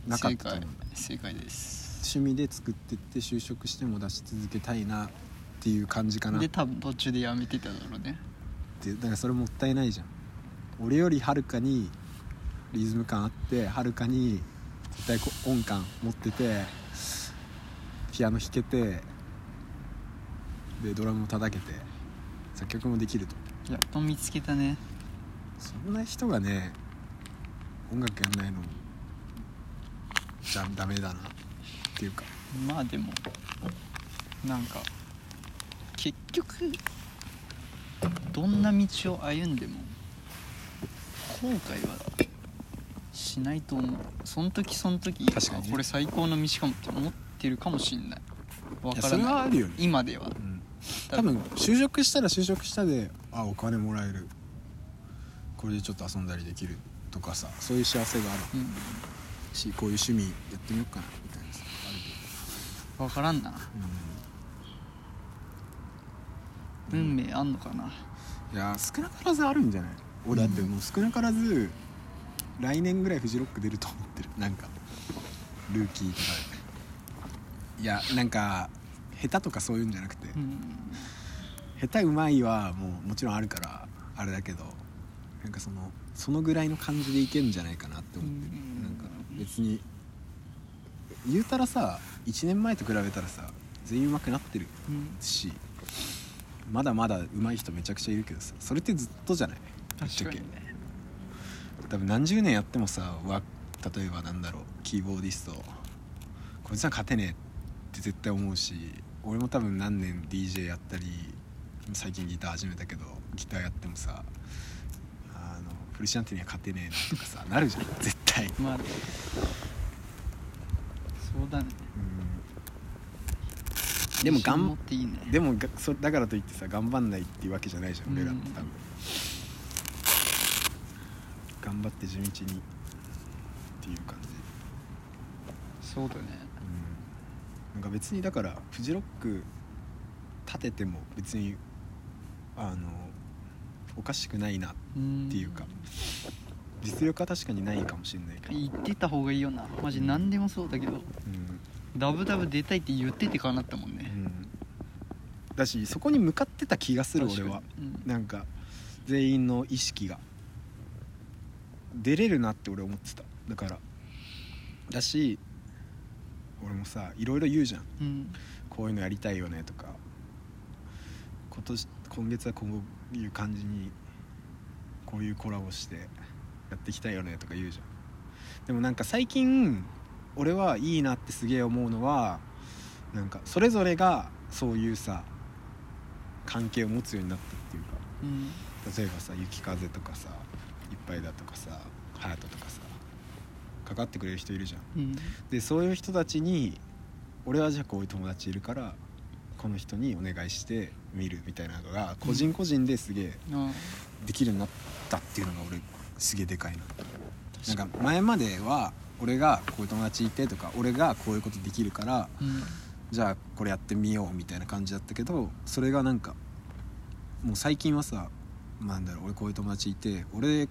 なかっ
正
たと
解
思う
正解です
趣味で作ってって就職しても出し続けたいなっていう感じかな
で多分途中でやめてただろうね
ってだからそれもったいないじゃん俺よりはるかにリズム感あってはるかに絶対こう音感持っててピアノ弾けてでドラムも叩けて作曲もできると
やっと見つけたね
そんな人がね音楽やんないのじゃダメだなっていうか
まあでもなんか結局どんな道を歩んでも後悔はしないと思うその時その時
確かにね
あこれ最高の道かもって思ってるかもしんないわ
いや
か
そ
ら
れは
な
あ
い
るよね
今では
うん
だ
多分就職したら就職したであお金もらえるこれでちょっと遊んだりできるとかさそういう幸せがある
う
しこういう趣味やってみようかなみたいなさある
ん、わからんな
けどうん
運命あんのかな、
いや少なからずあるんじゃない俺だってもう少なからず来年ぐらいフジロック出ると思ってるなんかルーキーとかでいやなんか下手とかそういうんじゃなくて、
うん、
下手うまいはもうもちろんあるからあれだけどなんかそのそのぐらいの感じでいけんじゃないかなって思ってる、
うん
なんか別に言うたらさ1年前と比べたらさ全員上手くなってる
うん、
しまだまだ上手い人めちゃくちゃいるけどさそれってずっとじゃないぶっち
確
ゃ
か
け
にね
多分何十年やってもさわ例えばなんだろうキーボーディストこいつは勝てねえって絶対思うし俺も多分何年 DJ やったり最近ギター始めたけどギターやってもさあのフルシアンテには勝てねえなとかさなるじゃん絶対うん
まあそうだね
でも
自信
頑
持っていいね
でもがそだからといってさ頑張んないっていうわけじゃないじゃん俺らって多分、
うん
頑張って地道にっていう感じ
そうだね
うんなんか別にだからフジロック立てても別にあのおかしくないなっ
うん
ていうか実力は確かにないかもしれないけど、
言ってた方がいいよなマジ何でもそうだけど
うん
ダブダブ出たいって言っててかなったもん
う
ね
ん、だしそこに向かってた気がする俺は
確かにうん
なんか全員の意識が出れるなって俺思ってただからだし俺もさいろいろ言うじゃん
うん
こういうのやりたいよねとか今年今月はこういう感じにこういうコラボしてやっていきたいよねとか言うじゃんでもなんか最近俺はいいなってすげえ思うのはなんかそれぞれがそういうさ関係を持つようになったっていうか
うん
例えばさ「雪風」とかさ「いっぱいだ」とかさ「ハヤト」とかさかかってくれる人いるじゃん
うん
でそういう人たちに俺はじゃあこういう友達いるからこの人にお願いして見るみたいなのが個人個人ですげえ
あ
できるようになったっていうのが俺すげえでかいな
確
な
か
んか前までは俺がこういう友達いてとか俺がこういうことできるから
うん
じゃあこれやってみようみたいな感じだったけどそれがなんかもう最近はさなんだろう俺こういう友達いて俺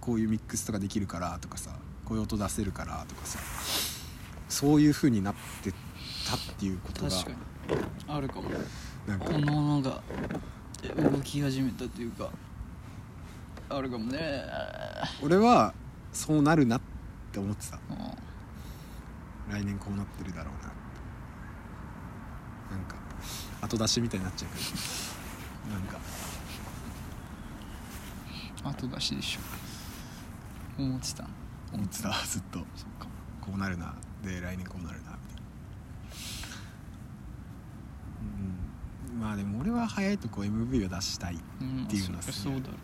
こういうミックスとかできるからとかさこういう音出せるからとかさそういう風になってたっていうことが
確かにあるかも
なんか
このものが動き始めたというかあるかもね
俺はそうなるなって思ってた
あ
来年こうなってるだろうななんか後出しみたいになっちゃうけどなんか
ー後出しでしょ思ってた
思ってたずっと
そっか
こうなるなで来年こうなるなみたいなうんまあでも俺は早いとこ MV を出したい
うん
っていうのは
そ
す
そ
ご
う
い
だろ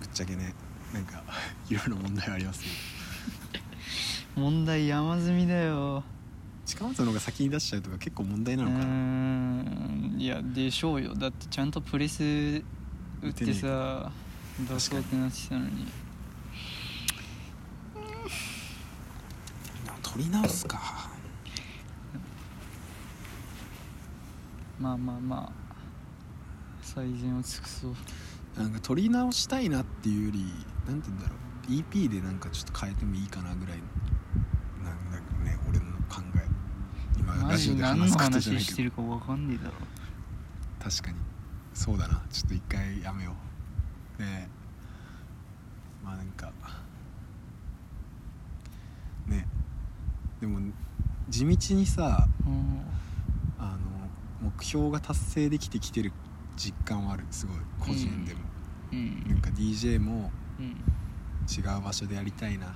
ぶっちゃけねなんか いろいろ問題はありますけど
う問題山積みだよ
近松の方が先に出しちゃうとか結構問題
う
な
ー
のかなん
いやでしょうよだってちゃんとプレス打ってさ出そうってなってたのに
取り直すか
まあまあまあ最善を尽くそう
なんか取り直したいなっていうよりなんて言うんだろう EP でなんかちょっと変えてもいいかなぐらいなんだかね俺の考え今
マ
ラジオ
ジ
で
何
話
の
すことじゃな
話
い
して
けど
るか分かんねえだろ
確かにそうだなちょっと一回やめようねえまあなんかねえでも地道にさ
うん
あの目標が達成できてきてる実感はあるすごい個人でも、
う
なん
ん
か DJ も
うん
違う場所でやりたいな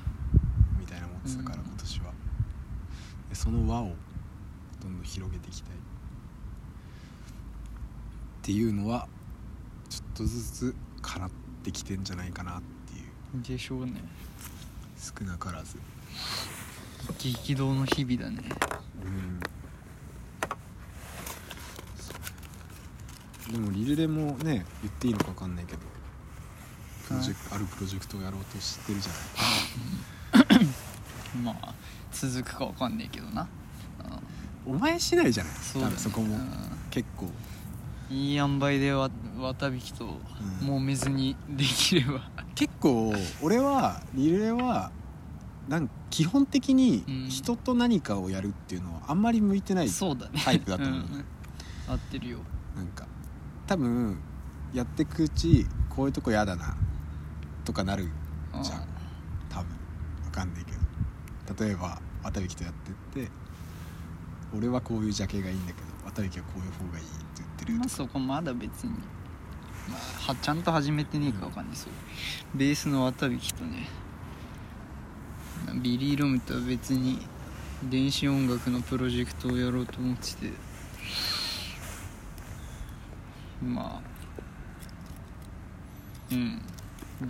みたいな思ってたから、
うん
今年はでその輪をどんどん広げていきたいっていうのはちょっとずつかなってきてんじゃないかなっていう
でしょうね
少なからず
激動の日々だね
うんでもリルレもね言っていいのか分かんないけどプロジェクトあるプロジェクトをやろうとしてるじゃない
まあ続くか分かんねえけどなうん
お前次第じゃない
そうだ
多
ね
分そこも
う
結構
んいい塩梅でわ綿引きと
うん
もめずにできれば
結構俺はリレーはなんか基本的に
うん
人と何かをやるっていうのはあんまり向いてない、
そうだね
タイプだと思うん
合ってるよ
なんか多分やってくうちこういうとこ嫌だなとかなる
うん
じゃん多分わかんないけど例えば渡引きとやってって俺はこういうジャケがいいんだけど渡引きはこういう方がいいって言ってると
ま
か
あそこまだ別に、まあ、はちゃんと始めてねえかわかんないそうベースの綿引きとねビリー・ロムとは別に電子音楽のプロジェクトをやろうと思っててまあうん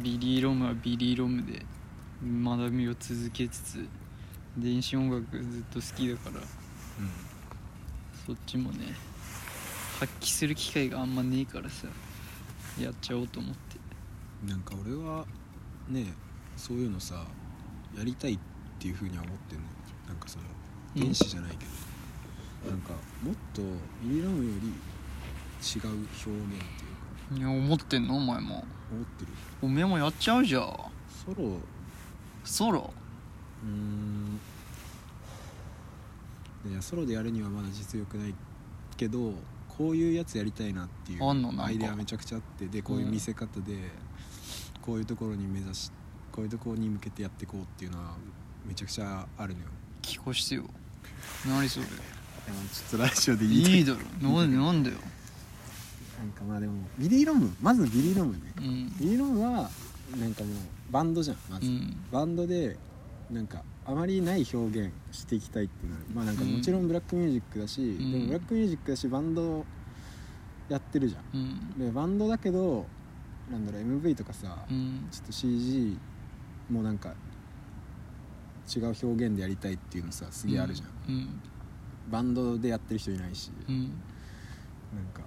ビリー・ロムはビリー・ロムで学びを続けつつ電子音楽ずっと好きだか
う
ら
ん
そっちもね発揮する機会があんまねえからさやっちゃおうと思って
なんか俺はねそういうのさやりたいっていうふうには思ってんのよなんかその
うん
電子じゃないけど、なんかもっとミリラムより違う表現っていうか
いや思ってんのお前も
思ってる
おめえもやっちゃうじゃん
ソロう
ソロ
ーんいやソロでやるにはまだ実力ないけどこういうやつやりたいなっていう
あんのなんか
アイデアめちゃくちゃあってでこういう見せ方で、こういうところに目指しこういうところに向けてやっていこうっていうのはめちゃくちゃあるのよ
聞こしてよ何それ
でもちょっとラジオで言いたい
いいだろなんでなんだよ
なんかまあでもビリー・ロムまずビリー・ロムね
うん
ビリー・ロムはなんかもうバンドじゃんま
う
ず、
ん
バンドでなんかあまりない表現していきたいってなるまあなんかもちろんブラックミュージックだし、
ん
でもブラックミュージックだしバンドやってるじゃん
うん
でバンドだけどなんだろう MV とかさ、
うん
ちょっと CG もなんか違う表現でやりたいっていうのさすげえあるじゃん、
うん
バンドでやってる人いないし、
うん
なんか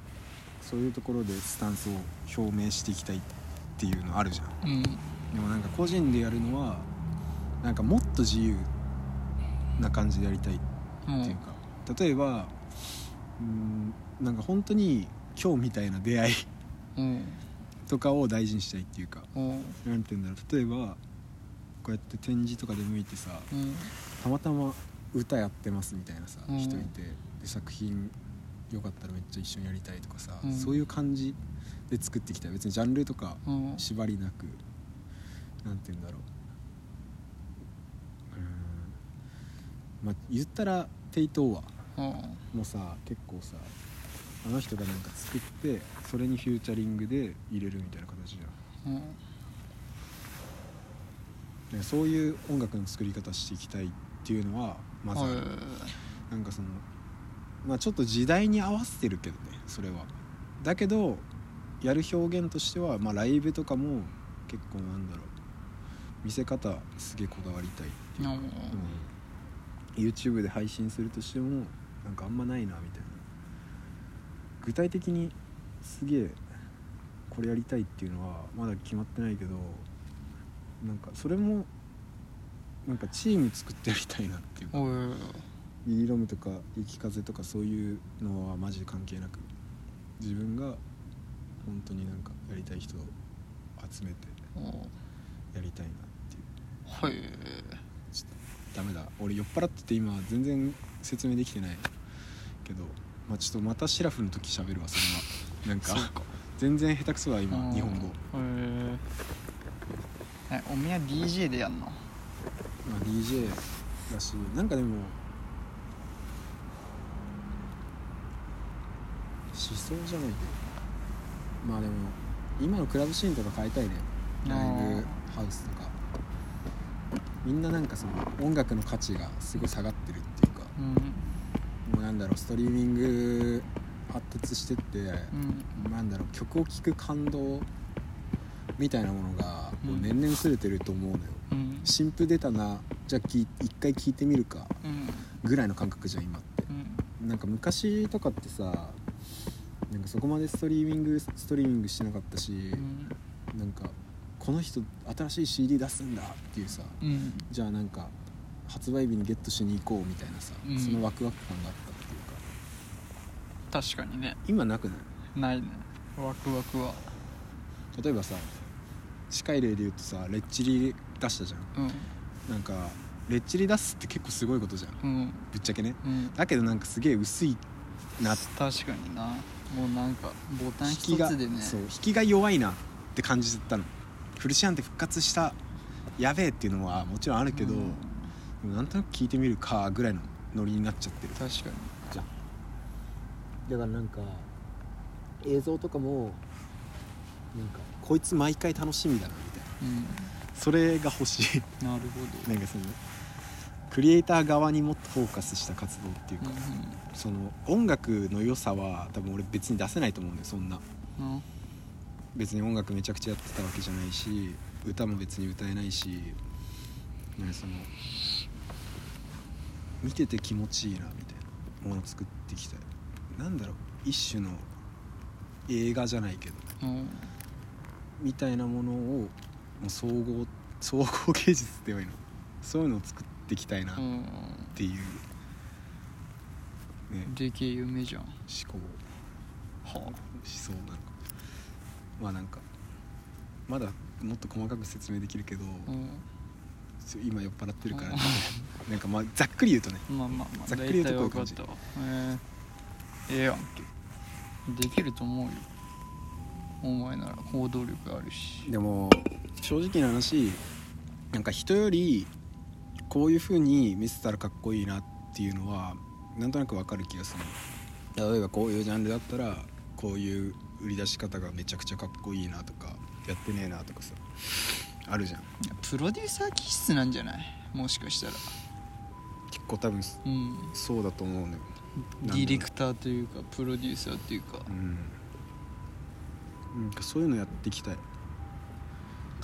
そういうところでスタンスを表明していきたいっていうのあるじゃん
うん
でもなんか個人でやるのはなんかもっと自由な感じでやりたいって
うん
いうか、例えばうーんなんか本当に今日みたいな出会い
うん
とかを大事にしたいっていうか
うん
何て言うんだろう例えばこうやって展示とかで向いてさ
うん
たまたま歌やってますみたいなさ、
うん
人いてで作品よかったらめっちゃ一緒にやりたいとかさ、
うん
そういう感じで作っていきたい別にジャンルとか
うん
縛りなくなんて言うんだろううーんまあ言ったらテイトーア
うん
もさ結構さあの人がなんか作ってそれにフューチャリングで入れるみたいな形じゃ
うん
んねそういう音楽の作り方していきたいっていうのはまずあ
はい
るなんかそのまあちょっと時代に合わせてるけどねそれはだけどやる表現としては、まあ、ライブとかも結構なんだろう見せ方すげえこだわりたいっていうか、うん、YouTube で配信するとしてもなんかあんまないなみたいな具体的にすげえこれやりたいっていうのはまだ決まってないけどなんかそれもなんかチーム作ってやりたいなっていうか
おいおい
ユニロムとか雪風とかそういうのはマジで関係なく自分が本当になんかやりたい人を集めてやりたいなっていう
はい
ちょっとダメだ俺酔っ払ってて今全然説明できてないけど、まあ、ちょっとまたシラフの時喋るわそれはなんか全然下手くそだ今日本語、
へええおみや DJ でやんの
まあ、DJ だしなんかでも思想じゃないけどまあでも今のクラブシーンとか変えたいねライブハウスとかみんななんかその音楽の価値がすごい下がってるっていうか
うん
もうなんだろうストリーミング発達してって、
うん
なんだろう曲を聴く感動みたいなものがこ
う
うん年々すれてると思うのよ、
うん
新譜出たなじゃあき一回聴いてみるか
うん
ぐらいの感覚じゃん今って
うん
なんか昔とかってさなんかそこまでストリーミングストリーミングしてなかったし、
うん
なんかこの人新しい CD 出すんだっていうさ
うん
じゃあなんか発売日にゲットしに行こうみたいなさ、
うん
そのワクワク感があったっていうか
確かにね
今なくない
ないねワクワクは
例えばさ近い例で言うとさレッチリ出したじゃん
うん
なんかレッチリ出すって結構すごいことじゃん
うん
ぶっちゃけね
うん
だけどなんかすげえ薄いな
確かになもうなんかボタン
引
一
きが、
つでね
そう引きが弱いなって感じたのフルシアンって復活したやべえっていうのはもちろんあるけど、
うん
でもなんとなく聞いてみるかぐらいのノリになっちゃってる
確かに
じゃんだからなんか映像とかもなんかこいつ毎回楽しみだなみたいな
うん
それが欲しい
なるほど
なんかそのクリエイター側にもっとフォーカスした活動っていう
う
か、
ん
その音楽の良さは多分俺別に出せないと思うんだよそんな
うん
別に音楽めちゃくちゃやってたわけじゃないし歌も別に歌えないしなんかその見てて気持ちいいなみたいなものを作っていきたいなんだろう一種の映画じゃないけど
うん
みたいなものをもう総合総合芸術って言えばいいのそういうのを作っていきたいなっ
うん
ていう、ね、
でけえ夢じゃん
思考
は
しそうなのかまあなんかまだもっと細かく説明できるけど、
あうん
ちょ今酔っ払ってるから、ね
う、
なんかまあざっくり言うとね
まあまあまあ
ざっくり言うとこういう
分か
感
っ
じ
たわええええやんけできると思うよお前なら行動力あるし
でも正直な話なんか人よりこういう風に見せたらかっこいいなっていうのはなんとなくわかる気がする例えばこういうジャンルだったらこういう売り出し方がめちゃくちゃかっこいいなとかやってねえなとかさあるじゃん
いやプロデューサー気質なんじゃないもしかしたら
結構多分
うん
そうだと思うねな
デ
んだろう
ィレクターというかプロデューサーというか
うんなんかそういうのやっていきたい、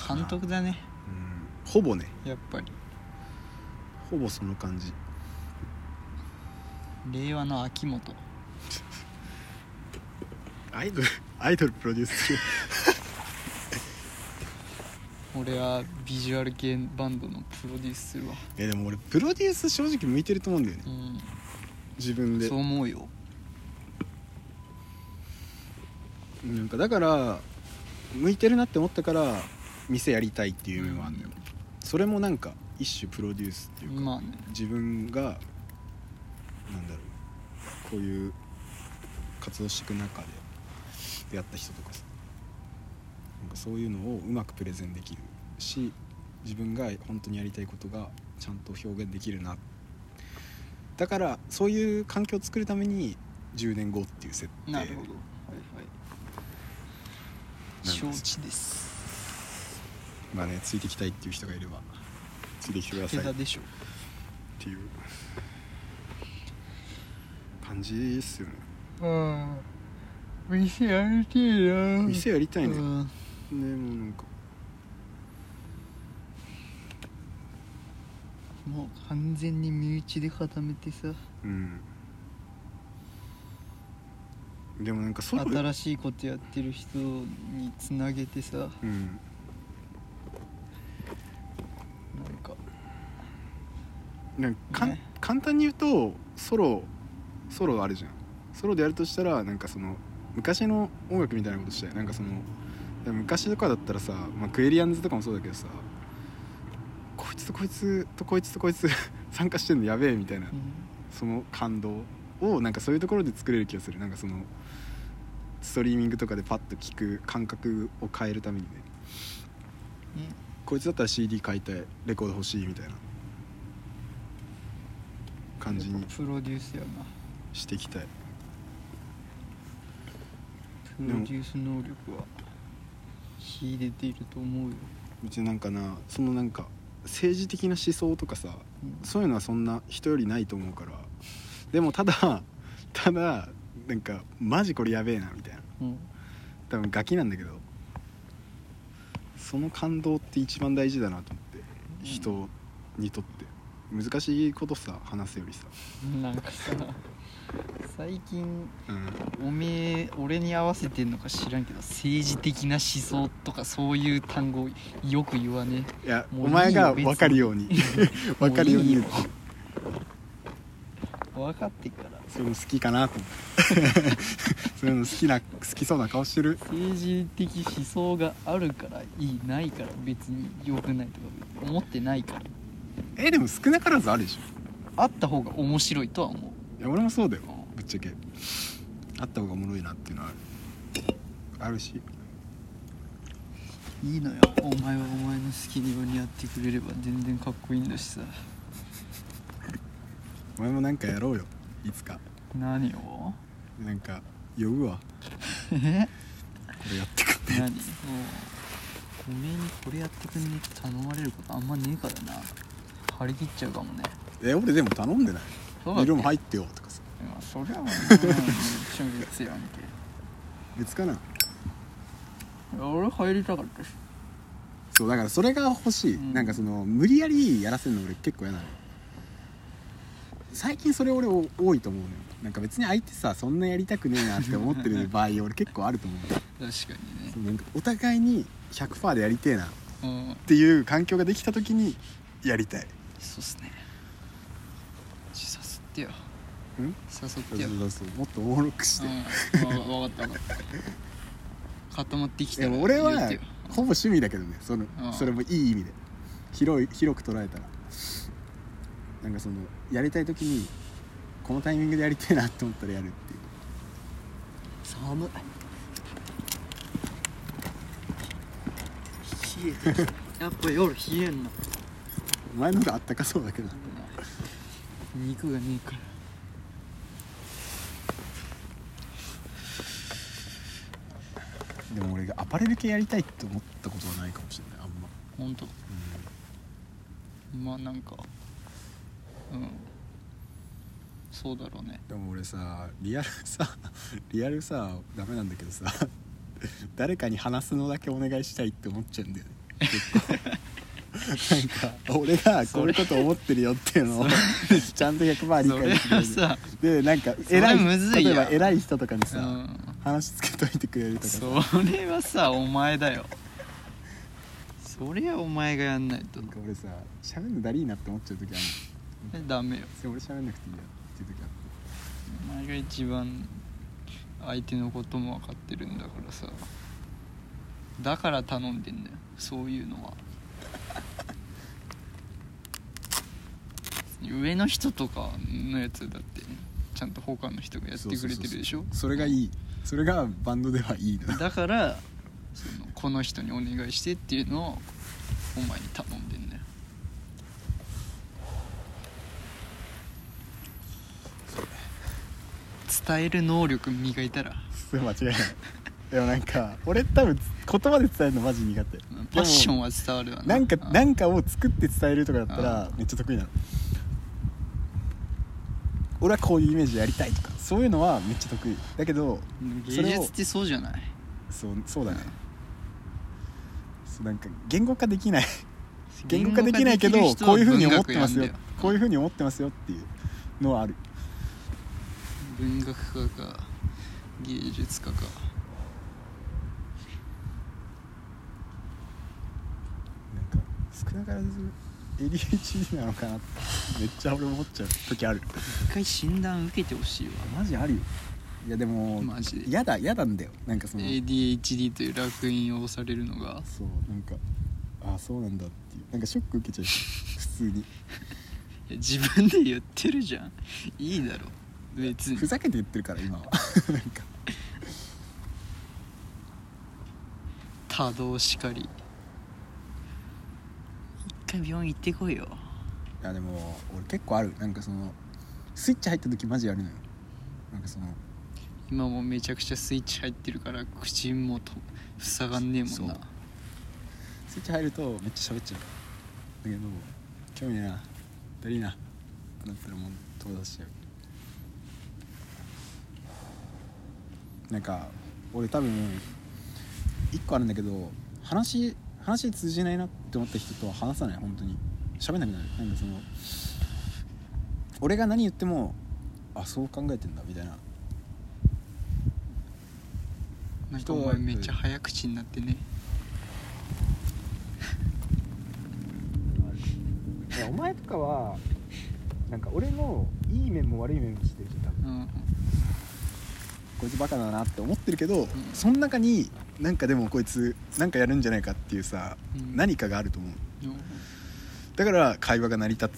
監督だね
うん、ほぼね
やっぱり
ほぼその感じ
令和の秋元
アイドル アイドルプロデュース する
俺はビジュアル系バンドのプロデュースするわ
えでも俺プロデュース正直向いてると思うんだよね
う
自分
ん
で
そう思うよ
なんかだから向いてるなって思ったから店やりたいっていう夢もあるんだよ、それもなんか一種プロデュースっていうか、
まあね
自分がなんだろうこういう活動していく中で出会った人とかさなんかそういうのをうまくプレゼンできるし自分が本当にやりたいことがちゃんと表現できるなだからそういう環境を作るために10年後っていう設定
なるほど、はいはい
なんです
承知です
まあねついてきたいっていう人がいればついてきてくださ
手
いっ
田でしょ
ていう感じですよね
うん店やりてえな
店やりたいね、
うん
でもなんか
もう完全に身内で固めてさ
うんでもなんかソロ
新しいことやってる人につなげてさ
うん
なんか
なんかかん
ね
簡単に言うとソロソロあるじゃんソロでやるとしたらなんかその昔の音楽みたいなことしたいなんかその昔とかだったらさ、まあ、クエリアンズとかもそうだけどさこいつとこいつとこいつとこいつ 参加してんのやべえみたいな
うん
その感動をなんかそういうところで作れる気がするなんかそのストリーミングとかでパッと聞く感覚を変えるためにねこいつだったら CD 買いたいレコード欲しいみたいな感じに
プロデュースやな
していきたい
プロデュース能力は秀でていると思うよ、
うちなんかなそのなんか政治的な思想とかさ
うん
そういうのはそんな人よりないと思うからでもただただなんかマジこれやべえなみたいな
うん
多分ガキなんだけどその感動って一番大事だなと思って人にとって難しいことさ話すよりさ、
なんかさ最近
うん、
おめえ俺に合わせてんのか知らんけど政治的な思想とかそういう単語よく言わね
いや
も
お
ういいよ
前が分かるよう に分かるように言う
もういいよ分かってっから
そういうの好きかなと思って そういうの好きな好きそうな顔してる
政治的思想があるからいいないから別に良くないとか別に思ってないから
えでも少なからずあるでしょ
あった方が面白いとは思
いや俺もそうだよ
う
ぶっちゃけあった方がおもろいなっていうのはあるあるし
いいのよお前はお前の好きにようにやってくれれば全然かっこいいんだしさ
お前もなんかやろうよいつか
何を
なんか呼ぶわ
え
これやってくんね
何もうおめえにこれやってくんねって頼まれることあんまねえからな張り切っちゃうかもね
え俺でも頼んでない
そうだっけ
色も入ってよとかさ
まあそりゃ もうちょい別やんけ
別かない
や俺入りたかったし
そうだからそれが欲しい、
うん
なんかその無理やりやらせるの俺結構嫌なの最近それ俺お多いと思うのよなんか別に相手さそんなやりたくねえなって思ってる 場合俺結構あると思うのよ
確かにね
そうなんかお互いに100%でやりてえなっ
うん
ていう環境ができた時にやりたい
そうっすねちょ誘ってよ
うん
誘っ
そう
て
そ
よ
うそうもっとおもろくして、
うんわわかったわかった固まってきた
で
ら
も俺は
言ってよ
ほぼ趣味だけどねその、
うん
それもいい意味で広い広く捉えたらなんかそのやりたい時にこのタイミングでやりたいなって思ったらやるっていう
寒い冷えてきたやっぱ夜冷えんな
お前の方があったかそうだけど
肉がねえから
でも俺がアパレル系やりたいって思ったことはないかもしれないあんま、
ほんとまあなんかうんそうだろうね
でも俺さリアルさ リアルさダメなんだけどさ 誰かに話すのだけお願いしたいって思っちゃうんだよね結構なんか俺がこういうこと思ってるよっていうのを ちゃんと100%理
それ
解してくれ
は
る
さ
でなんか
それ
偉い
むずい
例
よ
えば偉い人とかに
う
さ、
ん
話つけといてくれるとかさ
それはさお前だよそれはお前がやんないと
なんか俺さ喋るのだりーなって思っちゃう時ある
ダメよ
のそれ俺喋んなくていいやっていう時ある
お前が一番相手のことも分かってるんだからさだから頼んでんだよそういうのは上の人とかのやつだってちゃんと他の人がやってくれてるでしょ
そうそうそうそれがいいそれがバンドではいいの
だからそのこの人にお願いしてっていうのをお前に頼んでんねん伝える能力磨いたら
それ間違いないでもなんか俺多分言葉で伝えるのマジ苦手
パッションは伝わるわ
なんか
う
なんかを作って伝えるとかだったらめっちゃ得意なの俺はこういうイメージやりたいとかそういうのはめっちゃ得意だけどそ
芸
れを
術ってそうじゃない
そうそうだねそうなんか言語化できない言語化できないけど
言語化できる人は
こういうふうに思ってますよ
文学やんだよ
こういうふうに思ってますよっていうのはある
文学科か芸術科か
なんか少なからず ADHD なのかなってめっちゃ俺思っちゃう時ある
一回診断受けてほしいわ
マジあるよいやでも
マジで
嫌だ嫌なんだよなんかその
ADHD という烙印を押されるのが
そうなんかああそうなんだっていうなんかショック受けちゃう普通に
いや自分で言ってるじゃんいいだろ別に
ふざけて言ってるから今は なんか
多動しかり一回病院行ってこいよ
いやでも俺結構あるなんかそのスイッチ入った時マジやるのよなんかその
今もめちゃくちゃスイッチ入ってるから口もと塞がんねえもんな
そうスイッチ入るとめっちゃ喋っちゃうだけど興味ねえなだりーなってなったらもう飛ばしちゃうなんか俺多分一個あるんだけど話話通じないなって思った人とは話さない本当に喋んなくなるなんかその俺が何言ってもあそう考えてんだみたいな
なんかお前めっちゃ早口になってね
いやお前とかはなんか俺のいい面も悪い面もしてるじゃん多分
うん
こいつバカだなって思ってるけど、
ん
その中になんかでもこいつなんかやるんじゃないかっていうさ、
うん
何かがあると思う
うん
だから会話が成り立っ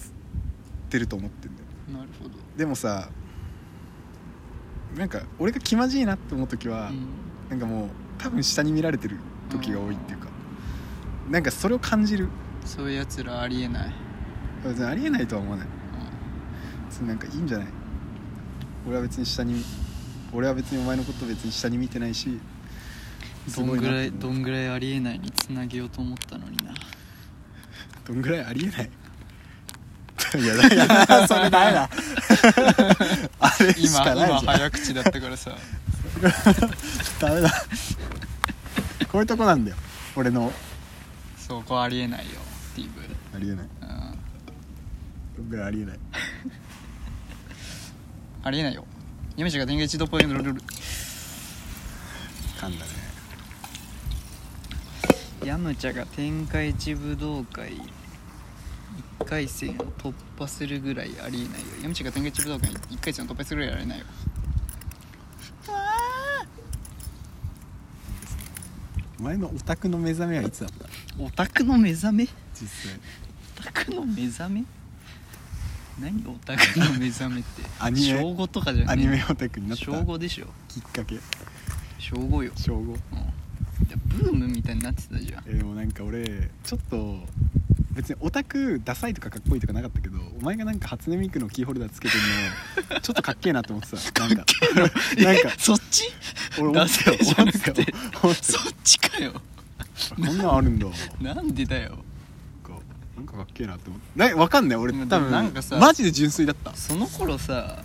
てると思ってんだよ
なるほど
でもさなんか俺が気まじいなって思う時は、
うん
なんかもう多分下に見られてる時が多いっていうか、なんかそれを感じる
そういうやつらありえない
別にありえないとは思わない
うん
別になんかいいんじゃない俺は別に下に俺は別にお前のこと別に下に見てないしす
どん
ご
ぐ
な
らい
って思う
どんぐらいありえないにつなげようと思ったのにな
どんぐらいありえ ないいやだやだそれダメだ あれし
今
かない
今
じゃん
早口だったからさ
ダメだこういうとこなんだよ俺の
そこありえないよスティーブ
ありえない
うん
どんぐらいありえない
ありえないよ夢二が電源一度ポイントルルル
噛んだね
ヤムチャが天下一武道会1回戦を突破するぐらいありえないよヤムチャが天下一武道会1回戦を突破するぐらいありえないよ
お前のオタクの目覚めはいつだった
オタクの目覚め
実際
オタクの目覚め何オタクの目覚 めって
アニメ
小5とかじゃ
ア
な
ニメ
い
オタクになった
小5でしょ
きっかけ
小5よ、
小5
うん、いやブームみたいになってたじゃん
えーでもなんか俺ちょっと別にオタクダサいとかかっこいいとかなかったけどお前がなんか初音ミクのキーホルダーつけてるのちょっとかっけえなと思ってたなんか なんか
えそっち
俺思っ
ダ
てた
サいじゃ
思
な
って
く
た
て
思って
そっちかよ
たこんなんあるんだなんか
なんでだよ
なんかかっけえなって思ってなわかんない俺
でも
多分
なんかさ
マジで純粋だった
その頃さ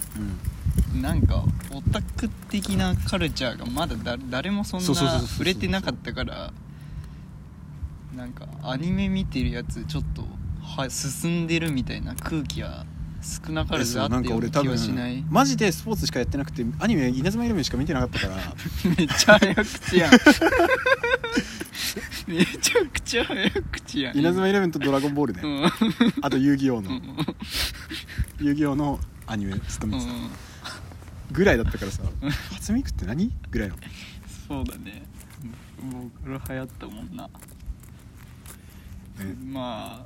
うん
なんかオタク的なカルチャーがまだだ誰もそんな
そうそうそうそう
触れてなかったからなんかアニメ見てるやつちょっとは進んでるみたいな空気は少なから
え
ず
そ
あ
うな
っ
ん
て
か
よう
俺
な
多
気は
分
しない
マジでスポーツしかやってなくてアニメ「稲妻イレブン」しか見てなかったから
めっちゃ早口やん めちゃくちゃ早口やん
稲妻イレブンと「ドラゴンボールね」
うん
あと「遊戯王の」遊戯王のアニメずっと見
うん
てたぐらいだったからさ「初音ミクって何?」ぐらいの
そうだねもうこれ流行ったもんな、
ね
まあ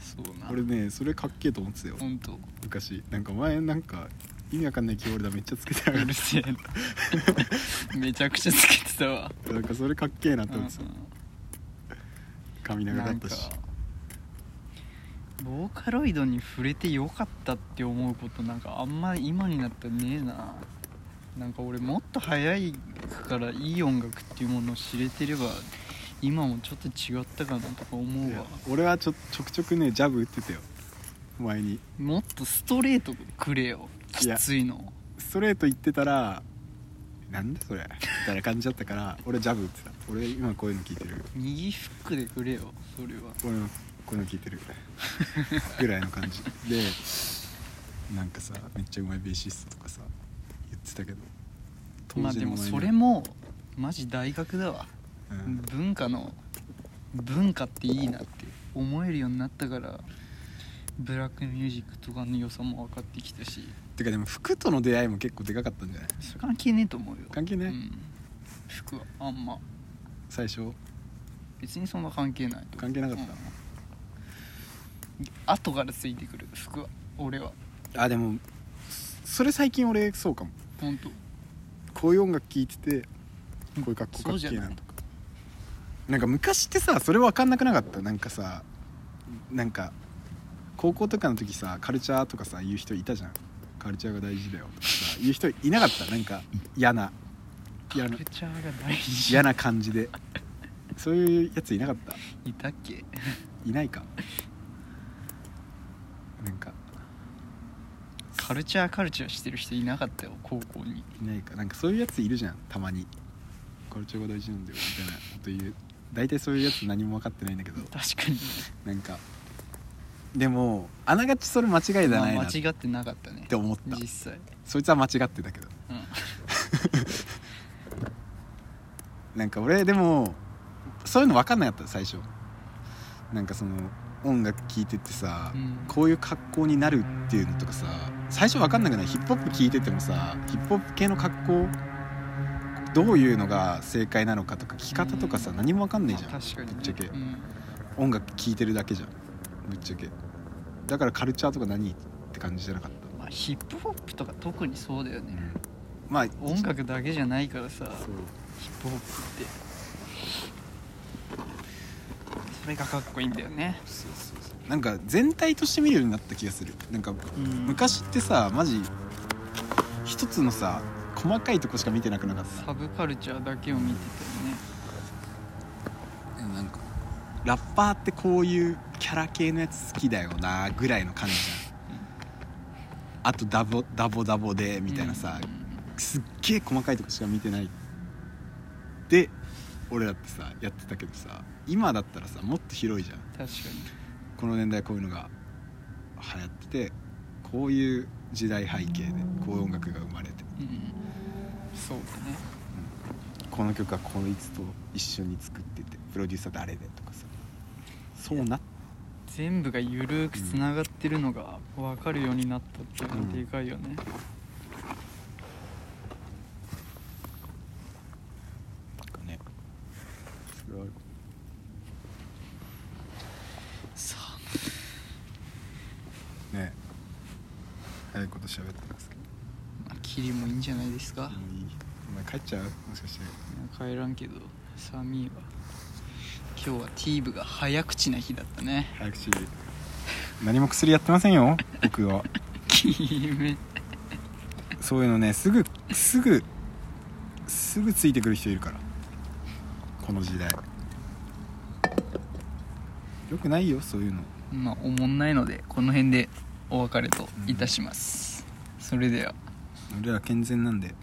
そうな
俺ねそれかっけえと思ってたよ
ほんと
昔なんかお前なんか意味わかんないキーホルダーめっちゃつけてあ
う
る
るせえ なめちゃくちゃつけてたわ
なんかそれかっけえなって思ってた
う
髪
ん
長か
な
っ
ん
た
か
し
ボーカロイドに触れてよかったって思うことなんかあんま今になってねえななんか俺もっと早いからいい音楽っていうものを知れてれば今もちょっと違ったかなとか思
いうや
わ
俺はちょちょくちょくねジャブ打ってたよ前に
もっとストレートくれよ
い
き
や
ついの
ストレート言ってたらなんだそれみたいな感じだったから俺ジャブ打ってた俺今こういうの聞いてる
右フックでくれよそれは
俺もこういうの聞いてるぐらいの感じでなんかさめっちゃうまいベーシストとかさ言ってたけど
まあでも
当時の
そ
お前
れもマジ大学だわ
うん
文化の文化っていいなって思えるようになったからブラックミュージックとかの良さも分かってきたして
かでも服との出会いも結構でかかったんじゃない
それ関係ねえと思うよ
関係ね
うん、服はあんま
最初
別にそんな関係ないと思う
関係なかった
うん後からついてくる服は俺は
あでもそれ最近俺そうかも
本当
こういう音楽聴いててこういう格好か
そう
っ
じ
け
ゃ
え
な
ないとかなんか昔ってさそれ分かんなくなかったなんかさなんか高校とかの時さカルチャーとかさ言う人いたじゃんカルチャーが大事だよとかさ言う人いなかったなんか嫌な嫌な
カルチャーが大事
嫌な感じでそういうやついなかった
いたっけ
いないかなんか
カルチャーカルチャーしてる人いなかったよ高校に
いないかなんかそういうやついるじゃんたまにカルチャーが大事なんだよみたいなこと言う大体そういうやつ何も分かってないんだけど
確かに
なんかでもあながちそれ間違いじゃない
まあ
なっ
間違ってなかったね
て思った
実際
そいつは間違ってたけど
うん
なんか俺でもそういうの分かんなかった最初なんかその音楽聴いてってさ、
うん
こういう格好になるっていうのとかさ最初分かんなくないヒップホップ聴いててもさヒップホップ系の格好どういうのが正解なのかとか着方とかさ、
うん
何も分かんないじゃん
まあ確かにね
ぶっちゃけ
うん
音楽聴いてるだけじゃんぶっちゃけだからカルチャーとか何って感じじゃなかった
まあヒップホップとか特にそうだよね、
まあ
音楽だけじゃないからさ
そう
ヒップホップってそれがかっこいいんだよね、
そうそうそうなんか全体として見るようになった気がするなんか
うん
昔ってさマジ一つのさ細かいとこしか見てなくなかっ
サブカルチャーだけを見て
たなんかラッパーってこういうキャラ系のやつ好きだよなぐらいの感じじゃんあとダボダボダボで
たよね
みたいなさ、
うん
すっげえ細かいとこしか見てないで俺だってさやってたけどさ今だったらさもっと広いじゃん
確か
この年代こういうのが流行っててこういう時代背景でこういう音楽が生まれて
に、うん、そうだね
この曲はこいつと一緒に作っててプロデューサー誰でとかさそうな
全部がゆるくつながってるのが分かるようになったっていうのがでかいよね、
ったかねそれは
さあ
ね早いこと喋ってますけど
まあキリもいいんじゃないですか、
もういいお前帰っちゃうもしかして
いや帰らんけど寒いわ今日はティーブが早口な日だったね
早口何も薬やってませんよ僕は
キメ
そういうのねすぐすぐすぐついてくる人いるからこの時代よくないよそういうの
まあおもんないのでこの辺でお別れといたします、それでは
俺ら健全なんで